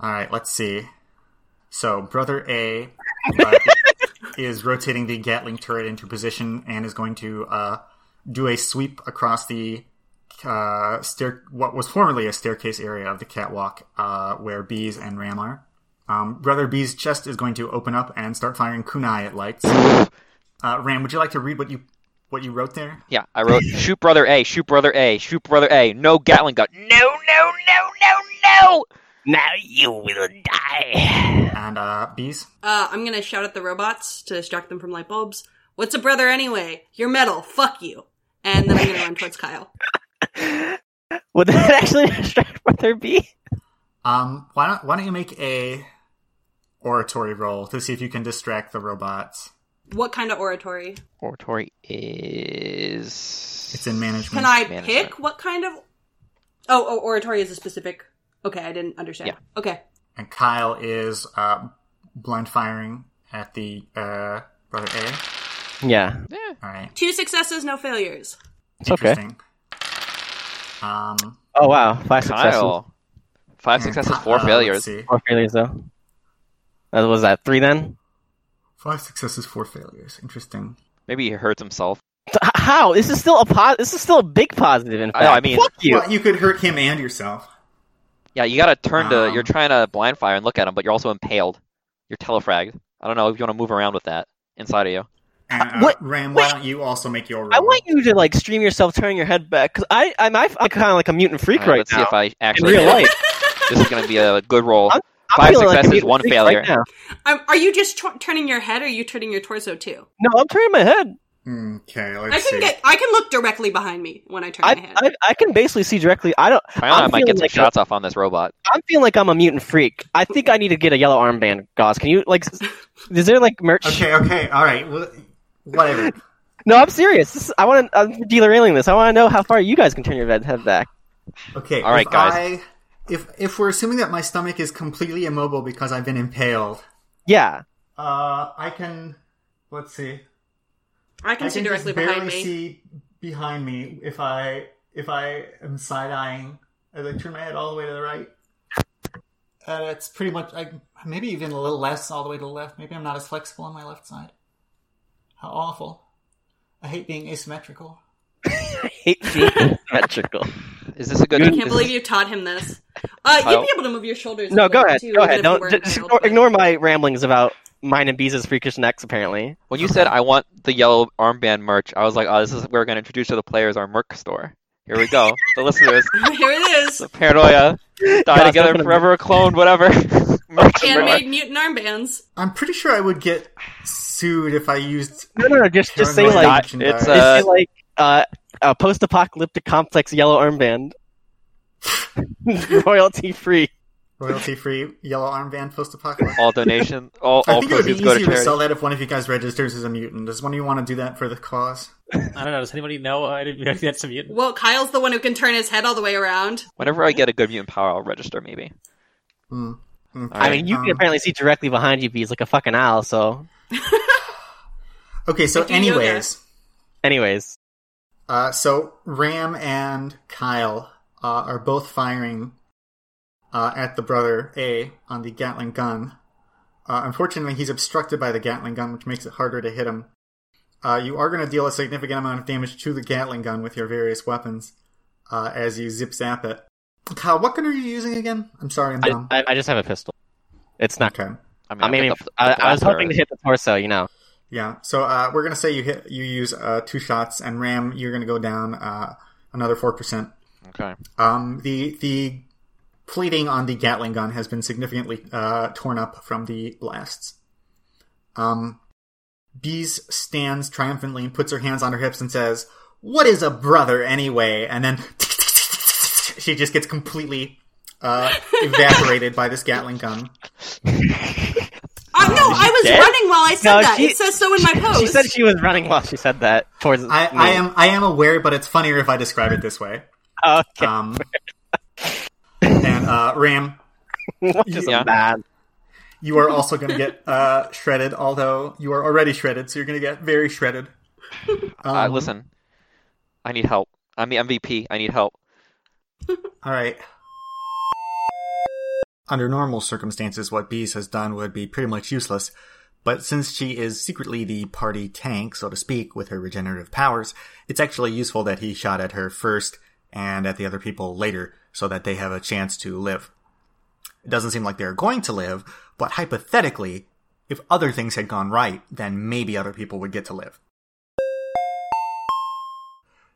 Speaker 1: All right, let's see. So, Brother A uh, is rotating the Gatling turret into position and is going to uh, do a sweep across the uh, stair, what was formerly a staircase area of the catwalk uh, where Bees and Ram are. Um, Brother B's chest is going to open up and start firing kunai at lights. Uh, Ram, would you like to read what you what you wrote there?
Speaker 3: Yeah, I wrote shoot brother A, shoot brother A, shoot brother A. No Gatling gun. No, no, no, no, no.
Speaker 2: Now you will die.
Speaker 1: And uh, Bees.
Speaker 5: Uh, I'm gonna shout at the robots to distract them from light bulbs. What's a brother anyway? You're metal. Fuck you. And then I'm gonna run towards Kyle.
Speaker 2: Would that actually distract Brother B?
Speaker 1: Um, why don't why don't you make a oratory roll to see if you can distract the robots?
Speaker 5: What kind of oratory?
Speaker 3: Oratory is.
Speaker 1: It's in management.
Speaker 5: Can I
Speaker 3: Management.
Speaker 5: pick what kind of? Oh, oh, oratory is a specific. Okay, I didn't understand.
Speaker 3: Yeah.
Speaker 5: Okay,
Speaker 1: and Kyle is uh, blind firing at the uh, brother A.
Speaker 2: Yeah.
Speaker 1: All right,
Speaker 5: two successes, no failures.
Speaker 2: It's okay.
Speaker 1: interesting. Um,
Speaker 2: Oh wow, five successes.
Speaker 3: Kyle. Five
Speaker 5: Hmm.
Speaker 1: and
Speaker 3: successes,
Speaker 1: Ky-
Speaker 3: four
Speaker 1: uh, let's
Speaker 3: failures.
Speaker 1: see.
Speaker 2: Four failures though. That was that three then?
Speaker 1: Five successes, four failures. Interesting.
Speaker 3: Maybe he hurts himself.
Speaker 2: Th- How? This is still a po- This is still a big positive. In
Speaker 3: I
Speaker 2: fact,
Speaker 3: know, I mean-
Speaker 2: fuck you.
Speaker 1: Well, you could hurt him and yourself.
Speaker 3: Yeah, you gotta turn to.
Speaker 1: Um.
Speaker 3: You're trying to blind fire and look at him, but you're also impaled. You're telefragged. I don't know if you want to move around with that inside of you.
Speaker 1: And, uh,
Speaker 2: What-
Speaker 1: Ram, why
Speaker 2: wait.
Speaker 1: don't you also make your roll?
Speaker 2: I want you to like stream yourself turning your head back because I I'm, I- I'm kind of like a mutant freak
Speaker 3: All
Speaker 2: right,
Speaker 3: let's
Speaker 2: now.
Speaker 3: see if I
Speaker 2: in
Speaker 3: actually.
Speaker 2: real life,
Speaker 3: This is gonna be a good roll.
Speaker 2: I'm- I'm
Speaker 3: Five
Speaker 2: feeling like a
Speaker 3: successes,
Speaker 2: mutant
Speaker 3: one
Speaker 2: freak
Speaker 3: failure.
Speaker 2: Right now.
Speaker 5: Um, are you just t- turning your head, or are you turning your torso too?
Speaker 2: No, I'm turning my head.
Speaker 1: Okay, let's
Speaker 5: I
Speaker 1: see.
Speaker 5: can get. I can look directly behind me when I turn my
Speaker 2: I,
Speaker 5: head.
Speaker 2: I I can basically see directly. I don't.
Speaker 3: Fiona, I
Speaker 2: I'm
Speaker 3: might
Speaker 2: feeling
Speaker 3: get some
Speaker 2: like a-
Speaker 3: shots off on this robot.
Speaker 2: I'm feeling like I'm a mutant freak. I think I need to get a yellow armband, Goss. Can you like? s- Is there like merch?
Speaker 1: Okay, okay, all right. Well, whatever.
Speaker 2: No, I'm serious. This, I want to. I'm derailing this. I want to know how far you guys can turn your head- head back.
Speaker 1: Okay.
Speaker 3: All right,
Speaker 1: if
Speaker 3: guys.
Speaker 1: I, if if we're assuming that my stomach is completely immobile because I've been impaled,
Speaker 2: Yeah.
Speaker 1: uh, I can. Let's see.
Speaker 5: I
Speaker 1: I
Speaker 5: can see
Speaker 1: can
Speaker 5: directly
Speaker 1: just barely
Speaker 5: behind me.
Speaker 1: see behind me if I if I am side eyeing as I turn my head all the way to the right. And it's pretty much I, maybe even a little less all the way to the left. Maybe I'm not as flexible on my left side. How awful! I hate being asymmetrical.
Speaker 2: I hate being symmetrical.
Speaker 3: Is this a good?
Speaker 5: I
Speaker 3: is
Speaker 5: can't believe you taught him this. Uh, you'd
Speaker 3: Kyle?
Speaker 5: be able to move your shoulders.
Speaker 2: No,
Speaker 5: up,
Speaker 2: go
Speaker 5: like,
Speaker 2: ahead.
Speaker 5: too,
Speaker 2: Go
Speaker 5: even
Speaker 2: ahead.
Speaker 5: if you
Speaker 2: Don't
Speaker 5: weren't
Speaker 2: just
Speaker 5: impaled,
Speaker 2: ignore, ignore
Speaker 5: but-
Speaker 2: my ramblings about mine and Beeze's freakish necks. Apparently,
Speaker 3: When you said I want the yellow armband merch, I was like, oh, this is we're gonna introduce to the players our merch store. Here we go. the listeners,
Speaker 5: Here it is.
Speaker 3: the paranoia, die
Speaker 2: Gosh,
Speaker 3: together
Speaker 2: that's what
Speaker 3: forever, cloned, whatever. merch store.
Speaker 5: Handmade mutant armbands.
Speaker 1: I'm pretty sure I would get sued if I used.
Speaker 2: no, no, no. Just, just say
Speaker 1: paranoid
Speaker 2: like,
Speaker 3: Not-
Speaker 1: merchandise.
Speaker 3: it's,
Speaker 2: just
Speaker 3: uh,
Speaker 2: say like uh, a post-apocalyptic complex yellow armband, royalty free.
Speaker 7: Royalty free yellow armband post apocalypse.
Speaker 3: All donation, all,
Speaker 7: I
Speaker 3: all
Speaker 7: think it would be
Speaker 3: proceeds go to
Speaker 7: easier to
Speaker 3: charity.
Speaker 7: sell that if one of you guys registers as a mutant. Does one of you want to do that for the cause?
Speaker 4: I don't know. Does anybody know? I didn't I that's a mutant.
Speaker 5: Well, Kyle's the one who can turn his head all the way around.
Speaker 3: Whenever I get a good mutant power, I'll register. Maybe.
Speaker 7: Hmm. Hmm.
Speaker 3: All
Speaker 2: I
Speaker 3: right.
Speaker 2: mean, you
Speaker 7: um,
Speaker 2: can apparently see directly behind you, bees like a fucking owl. So,
Speaker 7: Okay, so
Speaker 5: I do yoga.
Speaker 7: anyways,
Speaker 2: anyways,
Speaker 7: uh, so Ram and Kyle uh, are both firing uh, at the brother A on the Gatling gun. Uh, unfortunately, he's obstructed by the Gatling gun, which makes it harder to hit him. Uh, you are going to deal a significant amount of damage to the Gatling gun with your various weapons uh, as you zip zap it. Kyle, what gun are you using again? I'm sorry, I'm
Speaker 2: I,
Speaker 7: dumb.
Speaker 2: I, I just have a pistol. It's not.
Speaker 7: okay.
Speaker 3: I mean,
Speaker 2: I
Speaker 3: I'll
Speaker 2: mean,
Speaker 3: pick up the
Speaker 2: I, I was
Speaker 3: blaster.
Speaker 2: hoping to hit the torso. You know,
Speaker 7: Yeah. So uh, we're gonna say you hit, you use uh, two shots, and Ram, you're gonna go down uh, another four percent.
Speaker 3: Okay.
Speaker 7: Um, the the pleating on the Gatling gun has been significantly uh, torn up from the blasts. Um, Bees stands triumphantly and puts her hands on her hips and says, "What is a brother anyway?" And then she just gets completely uh, evaporated by this Gatling gun.
Speaker 5: Oh, no, I was
Speaker 2: dead?
Speaker 5: running while I said
Speaker 2: No,
Speaker 5: that.
Speaker 2: she-
Speaker 5: it says so in my post.
Speaker 2: she said she was running while she said that towards.
Speaker 7: I,
Speaker 2: me.
Speaker 7: I am I am aware, but it's funnier if I describe it this way.
Speaker 2: okay.
Speaker 7: Um, and uh, Ram,
Speaker 2: Which is
Speaker 3: Yeah.
Speaker 2: bad.
Speaker 7: you are also going to get uh, shredded, although you are already shredded, so you're going to get very shredded.
Speaker 3: uh,
Speaker 7: Um,
Speaker 3: listen, I need help. I'm the MVP. I need help.
Speaker 7: All right. Under normal circumstances, what Bees has done would be pretty much useless, but since she is secretly the party tank, so to speak, with her regenerative powers, it's actually useful that he shot at her first and at the other people later so that they have a chance to live. It doesn't seem like they're going to live, but hypothetically, if other things had gone right, then maybe other people would get to live.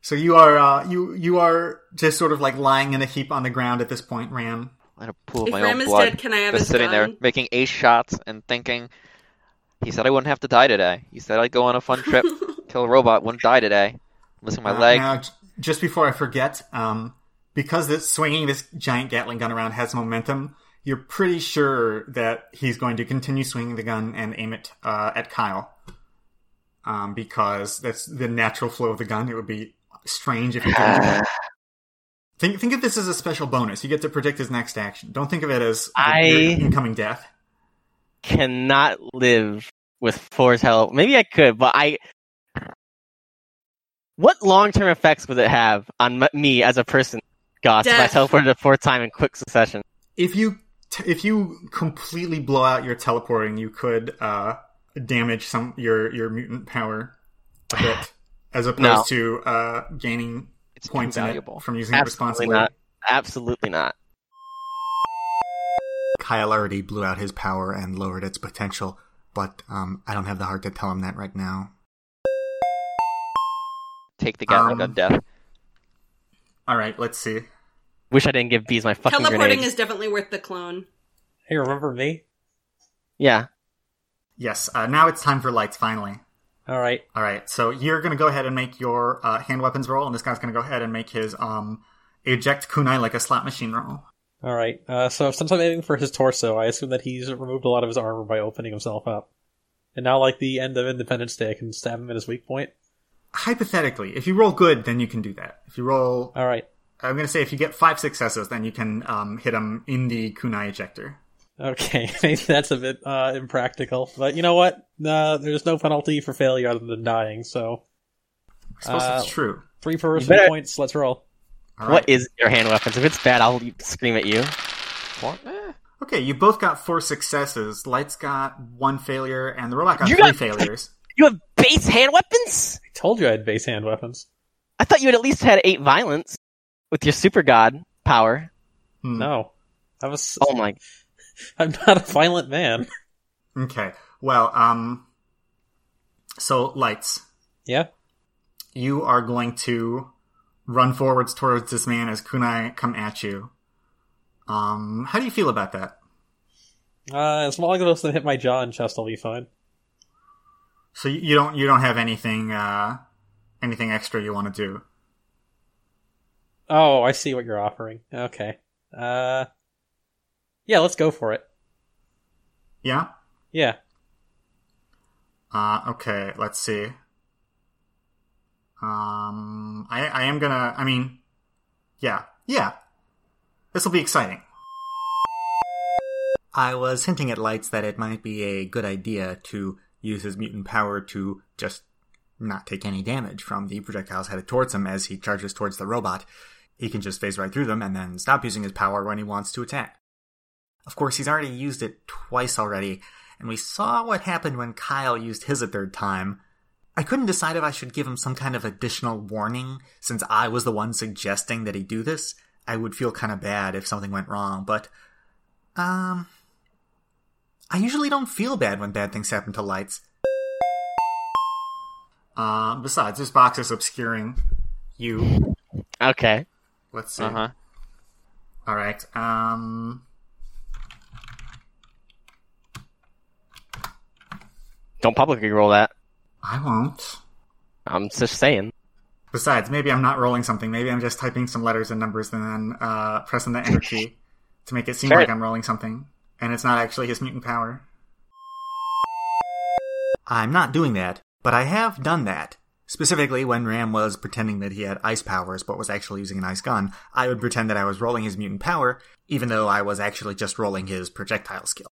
Speaker 7: So you are uh, you you are just sort of like lying in a heap on the ground at this point, Ram.
Speaker 3: In a pool of
Speaker 5: if
Speaker 3: my
Speaker 5: Ram
Speaker 3: own
Speaker 5: is
Speaker 3: blood.
Speaker 5: dead, can I have
Speaker 3: just
Speaker 5: his
Speaker 3: sitting
Speaker 5: gun?
Speaker 3: there making ace shots and thinking, he said I wouldn't have to die today. He said I'd go on a fun trip, kill a robot, wouldn't die today. I'm missing my
Speaker 7: Uh,
Speaker 3: leg.
Speaker 7: Now, j- just before I forget, um, because this swinging this giant Gatling gun around has momentum, you're pretty sure that he's going to continue swinging the gun and aim it uh, at Kyle, um, because that's the natural flow of the gun. It would be strange if he didn't. do that. think think of this as a special bonus. You get to predict his next action. Don't think of it as the-
Speaker 2: I-
Speaker 7: your incoming death.
Speaker 2: Cannot live with Thor's help. Maybe I could, but I. What long term effects would it have on m- me as a person, Goss, if I
Speaker 5: Death.
Speaker 2: teleported a fourth time in quick succession?
Speaker 7: if you t- if you completely blow out your teleporting, you could uh, damage some your your mutant power a bit, as opposed to uh, gaining
Speaker 3: It's too
Speaker 7: points in it
Speaker 3: valuable.
Speaker 7: from using it
Speaker 2: Absolutely
Speaker 7: responsibly.
Speaker 2: not. Absolutely not.
Speaker 7: Kyle already blew out his power and lowered its potential, but um, I don't have the heart to tell him that right now.
Speaker 3: Take the Gatling
Speaker 7: Um,
Speaker 3: gun death.
Speaker 7: All right, let's see.
Speaker 2: Wish I didn't give bees my fucking
Speaker 5: Teleporting
Speaker 2: grenade.
Speaker 5: is definitely worth the clone.
Speaker 4: Hey, remember me?
Speaker 2: Yeah.
Speaker 7: Yes, uh, now it's time for lights. Finally.
Speaker 4: All right.
Speaker 7: All right, so you're going to go ahead and make your uh, hand weapons roll, and this guy's going to go ahead and make his um, eject kunai like a slot machine roll.
Speaker 4: All right. Uh, so since I'm aiming for his torso, I assume that he's removed a lot of his armor by opening himself up. And now, like the end of Independence Day, I can stab him at his weak point.
Speaker 7: hypothetically, if you roll good, then you can do that. If you roll,
Speaker 4: All right.
Speaker 7: I'm going to say if you get five successes, then you can um, hit him in the kunai ejector.
Speaker 4: Okay, maybe that's a bit uh, impractical, but you know what? Uh, there's no penalty for failure other than dying. So
Speaker 7: I suppose
Speaker 4: Uh,
Speaker 7: that's true.
Speaker 4: three person
Speaker 2: better-
Speaker 4: points. Let's roll.
Speaker 7: All
Speaker 2: What
Speaker 7: right.
Speaker 2: is your hand weapons? If it's bad, I'll scream at you.
Speaker 3: What? Eh,
Speaker 7: Okay, you both got four successes. Light's got one failure, and the robot got
Speaker 2: You
Speaker 7: three
Speaker 2: got-
Speaker 7: failures.
Speaker 2: You have base hand weapons?
Speaker 4: I told you I had base hand weapons.
Speaker 2: I thought you had at least had eight violence with your super god power.
Speaker 7: Hmm.
Speaker 4: No, I was.
Speaker 2: Oh my!
Speaker 4: I'm not a violent man.
Speaker 7: Okay. Well, um, so lights.
Speaker 4: Yeah.
Speaker 7: you are going to run forwards towards this man as kunai come at you. Um, how do you feel about that?
Speaker 4: Uh, as long as it doesn't hit my jaw and chest, I'll be fine.
Speaker 7: So you- you don't you don't have anything uh, anything extra you want to do.
Speaker 4: Oh, I see what you're offering. Okay. Uh, Yeah, let's go for it.
Speaker 7: Yeah?
Speaker 4: Yeah.
Speaker 7: Uh, okay, let's see. Um, I, I am gonna, I mean, yeah, yeah. This will be exciting. I was hinting at Lights that it might be a good idea to use his mutant power to just not take any damage from the projectiles headed towards him as he charges towards the robot. He can just phase right through them and then stop using his power when he wants to attack. Of course, he's already used it twice already, and we saw what happened when Kyle used his a third time. I couldn't decide if I should give him some kind of additional warning, since I was the one suggesting that he do this. I would feel kind of bad if something went wrong, but. Um. I usually don't feel bad when bad things happen to lights. Uh, besides, this box is obscuring you.
Speaker 2: Okay.
Speaker 7: Let's see.
Speaker 3: Uh huh.
Speaker 7: All right. Um.
Speaker 2: Don't publicly roll that.
Speaker 7: I won't.
Speaker 2: I'm just saying.
Speaker 7: Besides, maybe I'm not rolling something. Maybe I'm just typing some letters and numbers and then uh, pressing the enter key to make it seem
Speaker 2: Sure.
Speaker 7: like I'm rolling something. And it's not actually his mutant power. I'm not doing that, but I have done that. Specifically, when Ram was pretending that he had ice powers but was actually using an ice gun, I would pretend that I was rolling his mutant power, even though I was actually just rolling his projectile skill.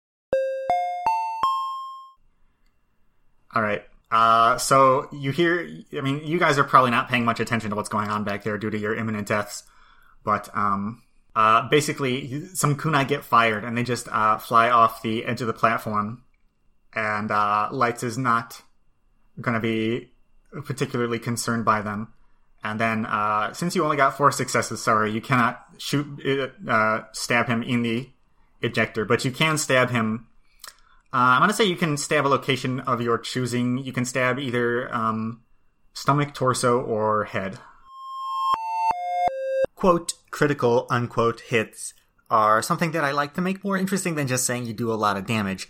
Speaker 7: All right. Uh, so you hear, I mean, you guys are probably not paying much attention to what's going on back there due to your imminent deaths, but um, uh, basically, some kunai get fired and they just uh, fly off the edge of the platform, and uh, Lights is not going to be particularly concerned by them. And then, uh, since you only got four successes, sorry, you cannot shoot, uh, stab him in the ejector, but you can stab him uh, I'm gonna say you can stab a location of your choosing. You can stab either um, stomach, torso, or head. Quote critical unquote hits are something that I like to make more interesting than just saying you do a lot of damage.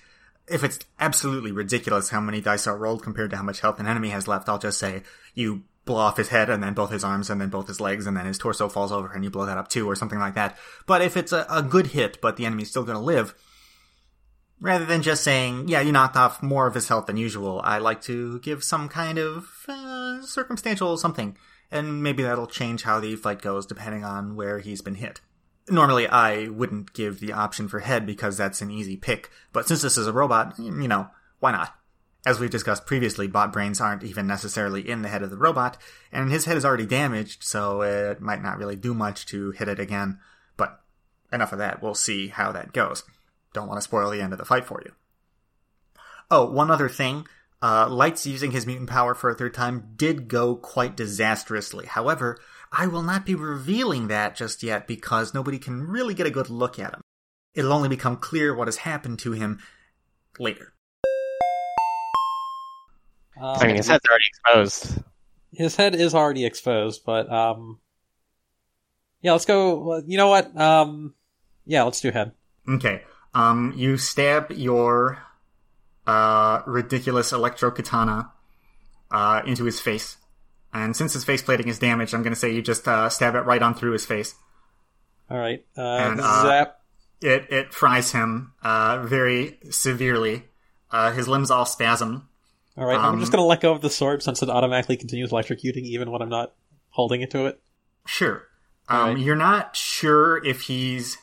Speaker 7: If it's absolutely ridiculous how many dice are rolled compared to how much health an enemy has left, I'll just say you blow off his head and then both his arms and then both his legs and then his torso falls over and you blow that up too or something like that. But if it's a, a good hit but the enemy's still gonna live, rather than just saying, yeah, you knocked off more of his health than usual, I like to give some kind of uh, circumstantial something. And maybe that'll change how the fight goes depending on where he's been hit. Normally, I wouldn't give the option for head because that's an easy pick, but since this is a robot, you know, why not? As we've discussed previously, bot brains aren't even necessarily in the head of the robot, and his head is already damaged, so it might not really do much to hit it again. But enough of that, we'll see how that goes don't want to spoil the end of the fight for you. Oh, one other thing. Uh, Lights using his mutant power for a third time did go quite disastrously. However, I will not be revealing that just yet because nobody can really get a good look at him. It'll only become clear what has happened to him later. Oh,
Speaker 4: Um,
Speaker 2: I mean, his head's already exposed.
Speaker 4: his head is already exposed, but um, yeah, let's go. well, You know what? Um, yeah, let's do head.
Speaker 7: Okay. Um, you stab your uh, ridiculous electro katana uh, into his face, and since his face plating is damaged, I'm going to say you just uh, stab it right on through his face.
Speaker 4: All right, uh,
Speaker 7: And, uh,
Speaker 4: zap.
Speaker 7: it it fries him uh, very severely. Uh, his limbs all spasm.
Speaker 4: All right, I'm just
Speaker 7: um,
Speaker 4: gonna let go of the sword since it automatically continues electrocuting even when I'm not holding it to it.
Speaker 7: Sure, um,
Speaker 4: Alright.
Speaker 7: you're not sure if he's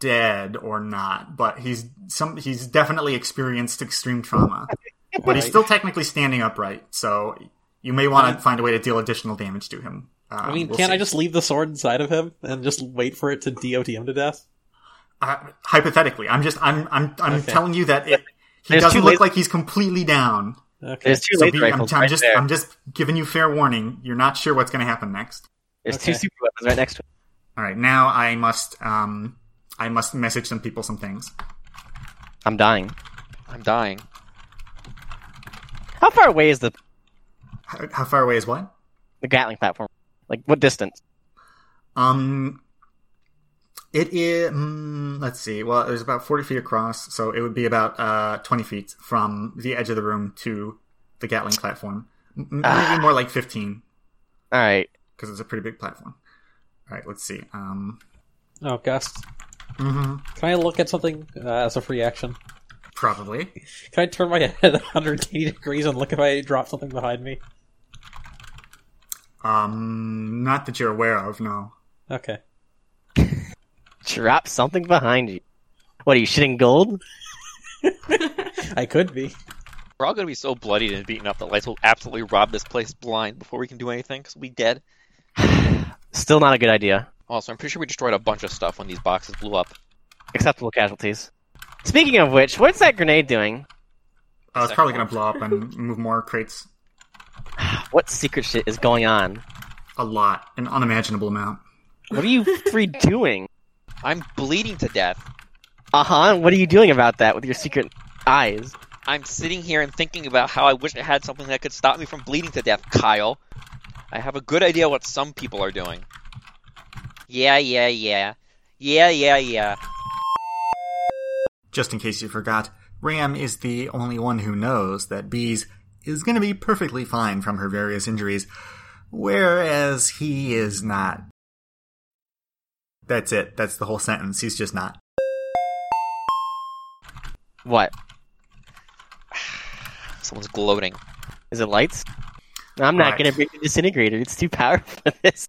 Speaker 7: dead or not, but he's some he's definitely experienced extreme trauma. but he's
Speaker 4: Alright.
Speaker 7: still technically standing upright, so you may want to find a way to deal additional damage to him. Um,
Speaker 4: I mean,
Speaker 7: we'll
Speaker 4: can't
Speaker 7: see.
Speaker 4: I just leave the sword inside of him and just wait for it to DOT him to death?
Speaker 7: uh, hypothetically? I'm just I'm I'm I'm
Speaker 4: Okay.
Speaker 7: telling you that it, he
Speaker 2: There's
Speaker 7: doesn't
Speaker 2: two
Speaker 7: look
Speaker 2: ways-
Speaker 7: like he's completely down.
Speaker 4: Okay.
Speaker 2: There's two
Speaker 7: So
Speaker 2: laser
Speaker 7: be- I'm,
Speaker 2: rifles
Speaker 7: I'm
Speaker 2: right
Speaker 7: just
Speaker 2: there.
Speaker 7: I'm just giving you fair warning. You're not sure what's going to happen next.
Speaker 2: There's
Speaker 4: Okay.
Speaker 2: two super weapons right next to him.
Speaker 7: All right, now I must um I must message some people some things.
Speaker 2: I'm dying.
Speaker 3: I'm dying.
Speaker 2: How far away is the,
Speaker 7: How, how far away is what?
Speaker 2: the Gatling platform? Like, what distance?
Speaker 7: Um, it is. mm let's see. Well, there's about forty feet across, so it would be about uh twenty feet from the edge of the room to the Gatling platform. M- m-
Speaker 2: Ah.
Speaker 7: Maybe more like fifteen
Speaker 2: All right.
Speaker 7: because it's a pretty big platform. All right, let's see. Um,
Speaker 4: Oh, Gus.
Speaker 7: Mm-hmm.
Speaker 4: Can I look at something uh, as a free action?
Speaker 7: Probably.
Speaker 4: Can I turn my head 180 degrees and look if I drop something behind me?
Speaker 7: Um, not that you're aware of, no.
Speaker 4: Okay.
Speaker 2: Drop something behind you. What are you shitting gold?
Speaker 4: I could be.
Speaker 3: We're all gonna be so bloodied and beaten up that lights will absolutely rob this place blind before we can do anything because we dead.
Speaker 2: Still not a good idea.
Speaker 3: Also, I'm pretty sure we destroyed a bunch of stuff when these boxes blew up.
Speaker 2: Acceptable casualties. Speaking of which, what's that grenade doing?
Speaker 7: Uh, it's probably going to blow up and move more crates.
Speaker 2: What secret shit is going on?
Speaker 7: A lot. An unimaginable amount.
Speaker 2: What are you three doing?
Speaker 3: I'm bleeding to death.
Speaker 2: Uh huh. What are you doing about that with your secret eyes?
Speaker 3: I'm sitting here and thinking about how I wish I had something that could stop me from bleeding to death, Kyle. I have a good idea what some people are doing. Yeah, yeah, yeah. Yeah, yeah, yeah.
Speaker 7: Just in case you forgot, Ram is the only one who knows that Bees is going to be perfectly fine from her various injuries, whereas he is not. That's it. That's the whole sentence. He's just not.
Speaker 2: What?
Speaker 3: Someone's gloating.
Speaker 2: Is it lights? I'm not
Speaker 7: Right.
Speaker 2: gonna bring the disintegrator. It's too powerful for this.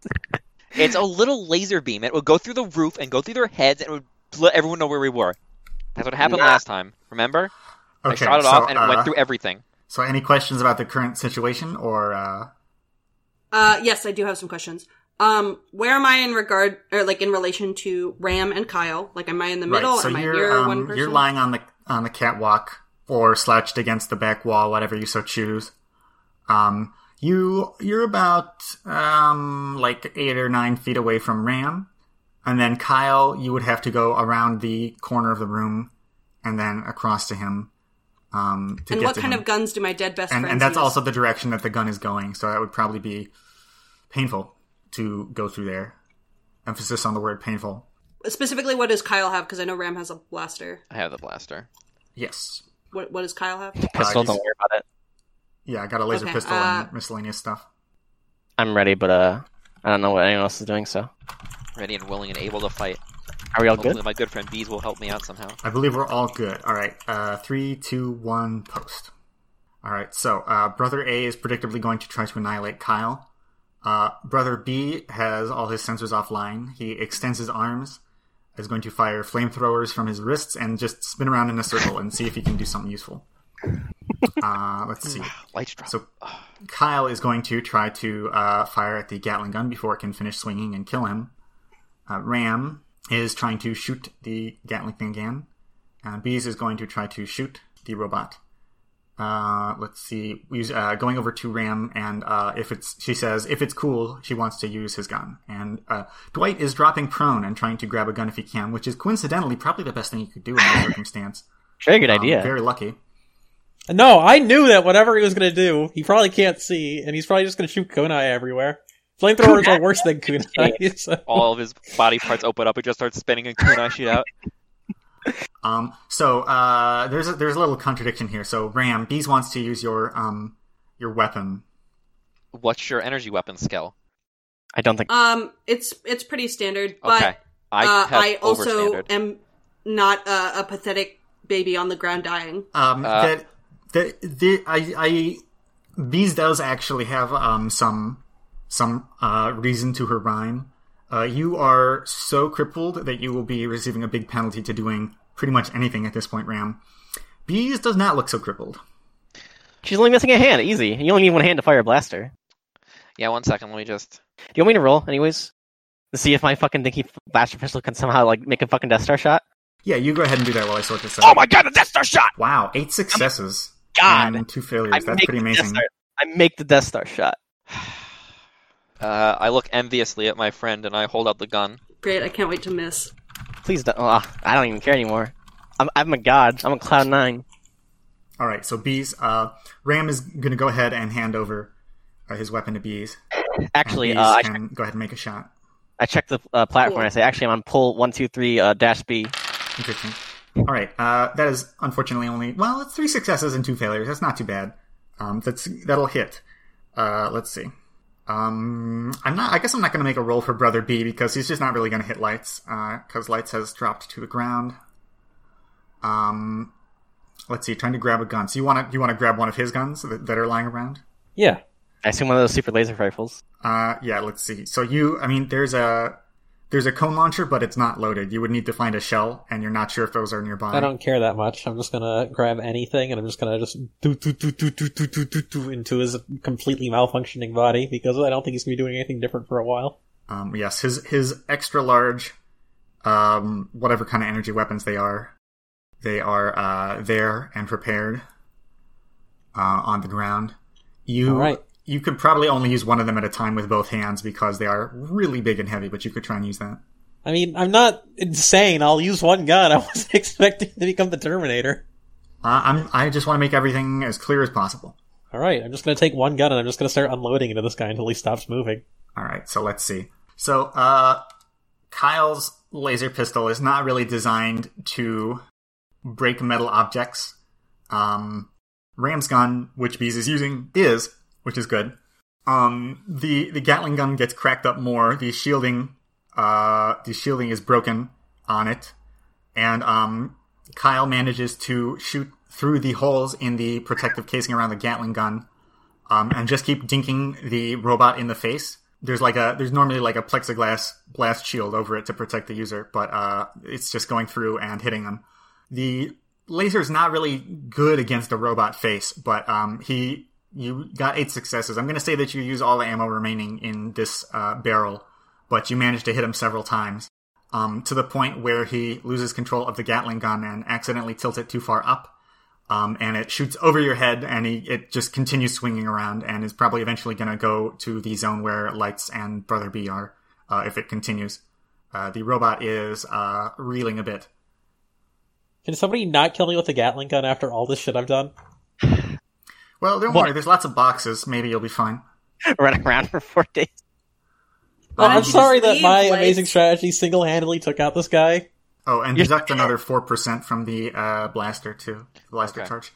Speaker 3: It's a little laser beam. It would go through the roof and go through their heads and it would let everyone know where we were. That's what happened last time. Remember? I
Speaker 7: Okay,
Speaker 3: shot it
Speaker 7: so,
Speaker 3: off and it
Speaker 7: uh,
Speaker 3: went through everything.
Speaker 7: So, any questions about the current situation, or uh,
Speaker 5: Uh, yes, I do have some questions. Um, where am I in regard, or like in relation to Ram and Kyle? Like, am I in the middle?
Speaker 7: right? So
Speaker 5: am I
Speaker 7: you're
Speaker 5: near
Speaker 7: um,
Speaker 5: one person?
Speaker 7: you're lying on the on the catwalk or slouched against the back wall, whatever you so choose. Um, you you're about um like eight or nine feet away from Ram, and then Kyle, you would have to go around the corner of the room, and then across to him. Um, to
Speaker 5: And
Speaker 7: get
Speaker 5: what
Speaker 7: to
Speaker 5: kind
Speaker 7: him.
Speaker 5: of guns do my dead best
Speaker 7: and
Speaker 5: friends
Speaker 7: and that's
Speaker 5: use?
Speaker 7: also the direction that the gun is going. So that would probably be painful to go through there. Emphasis on the word painful.
Speaker 5: specifically what does Kyle have? Because I know Ram has a blaster.
Speaker 3: I have the blaster.
Speaker 7: Yes.
Speaker 5: What what does Kyle have?
Speaker 2: Pistol,
Speaker 7: just-
Speaker 2: don't worry about it.
Speaker 7: Yeah, I got a laser
Speaker 5: Okay,
Speaker 7: pistol
Speaker 5: uh,
Speaker 7: and miscellaneous stuff.
Speaker 2: I'm ready, but uh, I don't know what anyone else is doing. So,
Speaker 3: Ready and willing and able to fight.
Speaker 2: are we all
Speaker 3: Hopefully
Speaker 2: good?
Speaker 3: my good friend Bees will help me out somehow.
Speaker 7: I believe we're all good. All right. Uh, three, two, one, post. All right. So, uh, brother A is predictably going to try to annihilate Kyle. Uh, brother B has all his sensors offline. He extends his arms, is going to fire flamethrowers from his wrists, and just spin around in a circle and see if he can do something useful. Uh, let's see.
Speaker 3: Lights drop.
Speaker 7: So Kyle is going to try to uh, fire at the Gatling gun before it can finish swinging and kill him. Uh, Ram is trying to shoot the Gatling gun. Uh, Bees is going to try to shoot the robot. Uh, let's see. We use, uh, going over to Ram, and uh, if it's, she says, if it's cool, she wants to use his gun. And uh, Dwight is dropping prone and trying to grab a gun if he can, which is coincidentally probably the best thing you could do in that circumstance.
Speaker 2: Very good
Speaker 7: Um,
Speaker 2: idea.
Speaker 7: Very lucky.
Speaker 4: No, I knew that whatever he was going to do, he probably can't see, and he's probably just going to shoot kunai everywhere. Flamethrowers are worse than kunai. so-
Speaker 3: All of his body parts open up. It just starts spinning and kunai shit out.
Speaker 7: Um, so uh, there's a, there's a little contradiction here. So Ram, Bees wants to use your um your weapon.
Speaker 3: What's your energy weapon skill?
Speaker 2: I don't think.
Speaker 5: Um, it's it's pretty standard, but
Speaker 3: Okay. I
Speaker 5: uh,
Speaker 3: have
Speaker 5: I
Speaker 3: over
Speaker 5: also
Speaker 3: standard.
Speaker 5: am not a, a pathetic baby on the ground dying.
Speaker 7: Um,
Speaker 3: Uh.
Speaker 7: that that the I I Bees does actually have um some some uh reason to her rhyme. Uh, you are so crippled that you will be receiving a big penalty to doing pretty much anything at this point, Ram. Bees does not look so crippled.
Speaker 2: She's only missing a hand. Easy. You only need one hand to fire a blaster.
Speaker 3: Yeah, one second. Let me just.
Speaker 2: Do you want me to roll, anyways? To see if my fucking dinky blaster pistol can somehow like make a fucking Death Star shot.
Speaker 7: Yeah, you go ahead and do that while I sort this out.
Speaker 2: Oh my god, the Death Star shot!
Speaker 7: Wow, eight successes
Speaker 2: God,
Speaker 7: and two failures.
Speaker 2: I
Speaker 7: That's
Speaker 2: make
Speaker 7: pretty
Speaker 2: the Death
Speaker 7: amazing.
Speaker 2: Star- I make the Death Star shot.
Speaker 3: Uh, I look enviously at my friend and I hold out the gun.
Speaker 5: Great, I can't wait to miss.
Speaker 2: Please don't. Oh, I don't even care anymore. I'm, I'm a god. I'm a cloud nine.
Speaker 7: All right, so bees. Uh, Ram is going to go ahead and hand over uh, his weapon to bees. and
Speaker 2: Actually,
Speaker 7: bees
Speaker 2: uh, I,
Speaker 7: can go ahead and make a shot.
Speaker 2: I checked the uh, platform.
Speaker 5: Cool.
Speaker 2: and I say, actually, I'm on pull one two three uh, dash B.
Speaker 7: Interesting. All right, uh, that is unfortunately only well, it's three successes and two failures. That's not too bad. Um, that's that'll hit. Uh, let's see. Um, I'm not. I guess I'm not going to make a roll for Brother B because he's just not really going to hit Lights. Because Lights has dropped to the ground. Um, let's see. Trying to grab a gun. So you want to you want to grab one of his guns that, that are lying around?
Speaker 4: Yeah.
Speaker 2: I assume one of those super laser rifles.
Speaker 7: Uh, yeah. Let's see. So you. I mean, there's a there's a cone launcher, but it's not loaded. You would need to find a shell, and you're not sure if those are nearby.
Speaker 4: I don't care that much. I'm just gonna grab anything and I'm just gonna just do do do do do do do do do into his completely malfunctioning body because I don't think he's gonna be doing anything different for a while.
Speaker 7: Um, yes, his his extra large, um, whatever kind of energy weapons they are, they are uh, there and prepared uh, on the ground. You
Speaker 4: All right.
Speaker 7: you could probably only use one of them at a time with both hands because they are really big and heavy. But you could try and use that.
Speaker 4: I mean, I'm not insane. I'll use one gun. I wasn't expecting to become the Terminator.
Speaker 7: Uh, I'm I just want to make everything as clear as possible.
Speaker 4: All right, I'm just gonna take one gun and I'm just gonna start unloading into this guy until he stops moving.
Speaker 7: All right, so let's see. So, uh, Kyle's laser pistol is not really designed to break metal objects. Um, Ram's gun, which Bees is using, is, which is good. Um, the the Gatling gun gets cracked up more. The shielding, uh, the shielding is broken on it, and um, Kyle manages to shoot through the holes in the protective casing around the Gatling gun um, and just keep dinking the robot in the face. There's like a there's normally like a plexiglass blast shield over it to protect the user, but uh, it's just going through and hitting them. The laser's not really good against a robot face, but um, he you got eight successes. I'm going to say that you use all the ammo remaining in this uh, barrel, but you managed to hit him several times um, to the point where he loses control of the Gatling gun and accidentally tilts it too far up um, and it shoots over your head, and he, it just continues swinging around, and is probably eventually going to go to the zone where Lights and Brother B are, uh, if it continues. Uh, the robot is uh, reeling a bit.
Speaker 4: Can somebody not kill me with a Gatling gun after all this shit I've done?
Speaker 7: Well, don't
Speaker 2: What?
Speaker 7: worry. There's lots of boxes. Maybe you'll be fine.
Speaker 2: Running around for four days.
Speaker 5: Why don't
Speaker 4: I'm
Speaker 5: you
Speaker 4: sorry
Speaker 5: just
Speaker 4: that
Speaker 5: leave,
Speaker 4: my
Speaker 5: like-
Speaker 4: amazing strategy single-handedly took out this guy.
Speaker 7: Oh, and
Speaker 2: You're-
Speaker 7: deduct another four percent from the uh, blaster too. The blaster
Speaker 3: Okay.
Speaker 7: charge.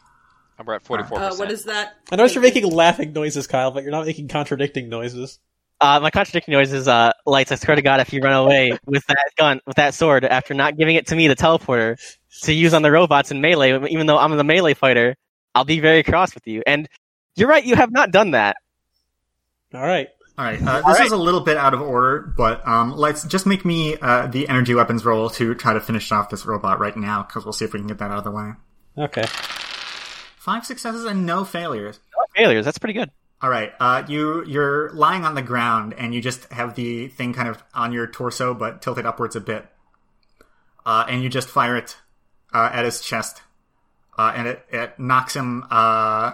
Speaker 3: And we're at 44%.
Speaker 5: Uh, what is that?
Speaker 4: I know you're making laughing noises, Kyle, but you're not making contradicting noises.
Speaker 2: Uh, my contradicting noise is uh, lights. I swear to God, if you run away with that gun, with that sword, after not giving it to me, the teleporter, to use on the robots in melee, even though I'm the melee fighter, I'll be very cross with you. And you're right, you have not done that.
Speaker 4: All right.
Speaker 7: All right. Uh, this
Speaker 2: right.
Speaker 7: is a little bit out of order, but um, let's just make me uh, the energy weapons roll to try to finish off this robot right now, because we'll see if we can get that out of the way.
Speaker 4: Okay.
Speaker 7: Five successes and no failures.
Speaker 2: No failures. That's pretty good.
Speaker 7: All right. Uh, you you're lying on the ground and you just have the thing kind of on your torso but tilted upwards a bit, uh, and you just fire it uh, at his chest, uh, and it, it knocks him. Uh,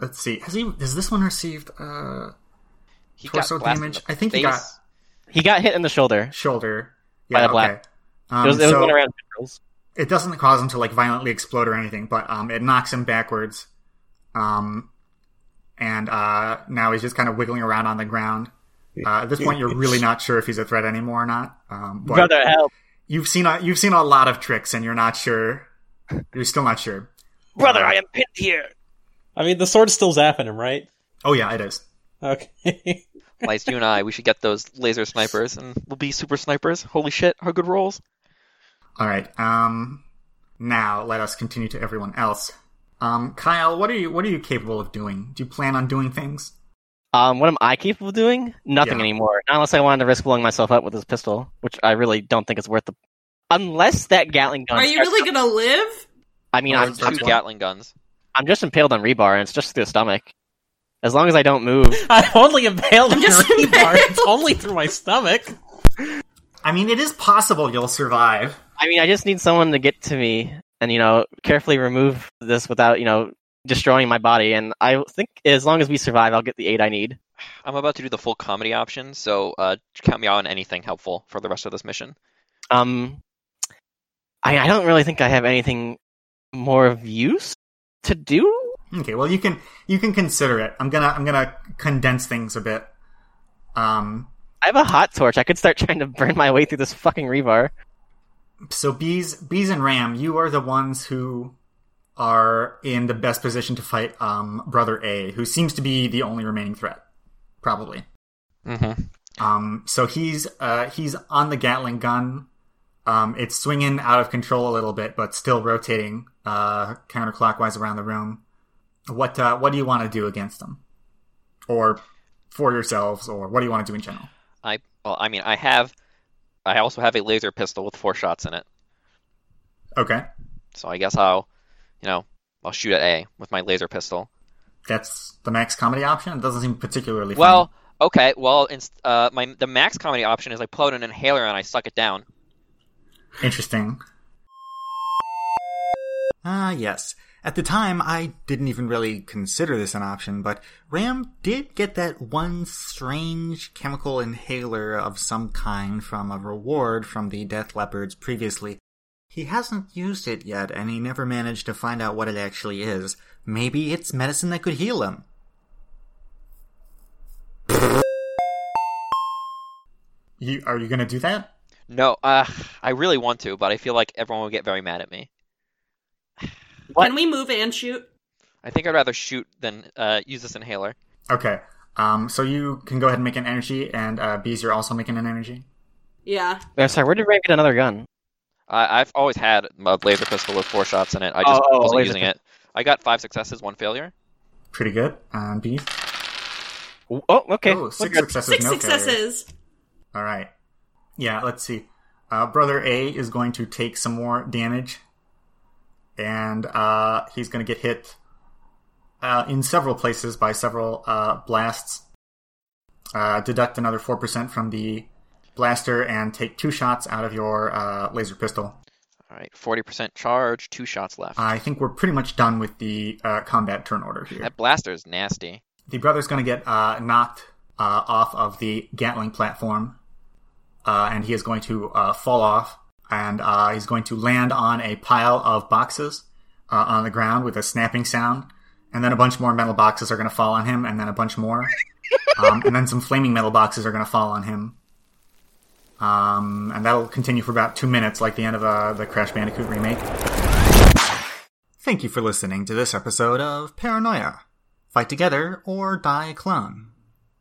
Speaker 7: let's see. Has he? Has this one received uh,
Speaker 3: He
Speaker 7: torso
Speaker 3: blasted in
Speaker 7: damage?
Speaker 3: the
Speaker 7: I think he got-
Speaker 3: face.
Speaker 2: He got hit in the shoulder.
Speaker 7: shoulder?
Speaker 2: By
Speaker 7: Yeah.
Speaker 2: the black.
Speaker 7: Okay. Um,
Speaker 2: It was, it was
Speaker 7: so-
Speaker 2: one around generals.
Speaker 7: it doesn't cause him to like violently explode or anything, but um, it knocks him backwards. Um, and uh, now he's just kind of wiggling around on the ground. Uh, at this point, you're really not sure if he's a threat anymore or not. Um, but
Speaker 2: Brother, help!
Speaker 7: you've seen a, you've seen a lot of tricks, and you're not sure. You're still not sure.
Speaker 2: Brother, I am pinned here.
Speaker 4: I mean, the sword's still zapping him, right?
Speaker 7: Oh yeah, it is.
Speaker 4: Okay.
Speaker 3: Lights, you and I, we should get those laser snipers and we'll be super snipers. Holy shit, how good rolls.
Speaker 7: All right. Um, now let us continue to everyone else. Um, Kyle, what are you what are you capable of doing? Do you plan on doing things?
Speaker 2: Um, what am I capable of doing? Nothing
Speaker 7: Yeah.
Speaker 2: anymore. Not unless I wanted to risk blowing myself up with this pistol, which I really don't think it's worth the. Unless that Gatling gun.
Speaker 5: Are you
Speaker 2: starts-
Speaker 5: really gonna live?
Speaker 2: I mean,
Speaker 7: Oh,
Speaker 2: I'm,
Speaker 7: it's
Speaker 3: Two
Speaker 7: That's one.
Speaker 3: Gatling guns.
Speaker 2: I'm just impaled on rebar, and it's just through the stomach. As long as I don't move,
Speaker 4: I'm only impaled
Speaker 5: I'm
Speaker 4: on
Speaker 5: just
Speaker 4: the rebar.
Speaker 5: impaled.
Speaker 4: It's only through my stomach.
Speaker 7: I mean, it is possible you'll survive.
Speaker 2: I mean, I just need someone to get to me and you know carefully remove this without you know destroying my body. And I think as long as we survive, I'll get the aid I need.
Speaker 3: I'm about to do the full comedy option, so uh, count me out on anything helpful for the rest of this mission.
Speaker 2: Um, I, I don't really think I have anything more of use to do.
Speaker 7: Okay, well you can you can consider it. I'm gonna I'm gonna condense things a bit. Um,
Speaker 2: I have a hot torch. I could start trying to burn my way through this fucking rebar.
Speaker 7: so bees bees and ram, you are the ones who are in the best position to fight um, brother A, who seems to be the only remaining threat, probably.
Speaker 3: Mm-hmm.
Speaker 7: Um, so he's uh, he's on the Gatling gun. Um, it's swinging out of control a little bit, but still rotating uh, counterclockwise around the room. What uh, what do you want to do against them, or for yourselves, or what do you want to do in general?
Speaker 3: I well, I mean, I have, I also have a laser pistol with four shots in it.
Speaker 7: Okay,
Speaker 3: So I guess I'll, you know, I'll shoot at A with my laser pistol.
Speaker 7: that's the max comedy option. It doesn't seem particularly funny.
Speaker 3: Well, okay. Well, inst- uh, my the max comedy option is I pull out an inhaler and I suck it down.
Speaker 7: Interesting. Ah, yes. At the time, I didn't even really consider this an option, but Ram did get that one strange chemical inhaler of some kind from a reward from the Death Leopards previously. He hasn't used it yet, and he never managed to find out what it actually is. Maybe it's medicine that could heal him. You, are you gonna do that?
Speaker 3: No, uh, I really want to, but I feel like everyone will get very mad at me. What?
Speaker 5: Can we move and shoot?
Speaker 3: I think I'd rather shoot than uh, use this inhaler.
Speaker 7: Okay. Um, so you can go ahead and make an energy, and uh, bees, you're also making an energy.
Speaker 5: Yeah.
Speaker 2: Uh, sorry, where did Ray get another gun?
Speaker 3: I I've always had a laser pistol with four shots in it. I just
Speaker 2: Oh, oh,
Speaker 3: wasn't
Speaker 2: laser
Speaker 3: using it. I got five successes, one failure.
Speaker 7: Pretty good. Um, bees.
Speaker 2: Oh, okay.
Speaker 7: Oh, six
Speaker 2: We're good.
Speaker 7: successes.
Speaker 5: Six
Speaker 7: no failures.
Speaker 5: successes.
Speaker 7: All right. Yeah. Let's see. Uh, Brother A is going to take some more damage, and uh, he's going to get hit uh, in several places by several uh, blasts. Uh, deduct another four percent from the blaster, and take two shots out of your uh, laser pistol.
Speaker 3: All right, forty percent charge, two shots left.
Speaker 2: Uh,
Speaker 7: I think we're pretty much done with the uh, combat turn order here.
Speaker 3: That blaster is nasty.
Speaker 7: the brother's going to get uh, knocked uh, off of the Gatling platform, uh, and he is going to uh, fall off, and uh, he's going to land on a pile of boxes uh, on the ground with a snapping sound, and then a bunch more metal boxes are going to fall on him, and then a bunch more, um, and then some flaming metal boxes are going to fall on him. Um, and that'll continue for about two minutes, like the end of uh, the Crash Bandicoot remake. Thank you for listening to this episode of Paranoia. Fight together or die a clone.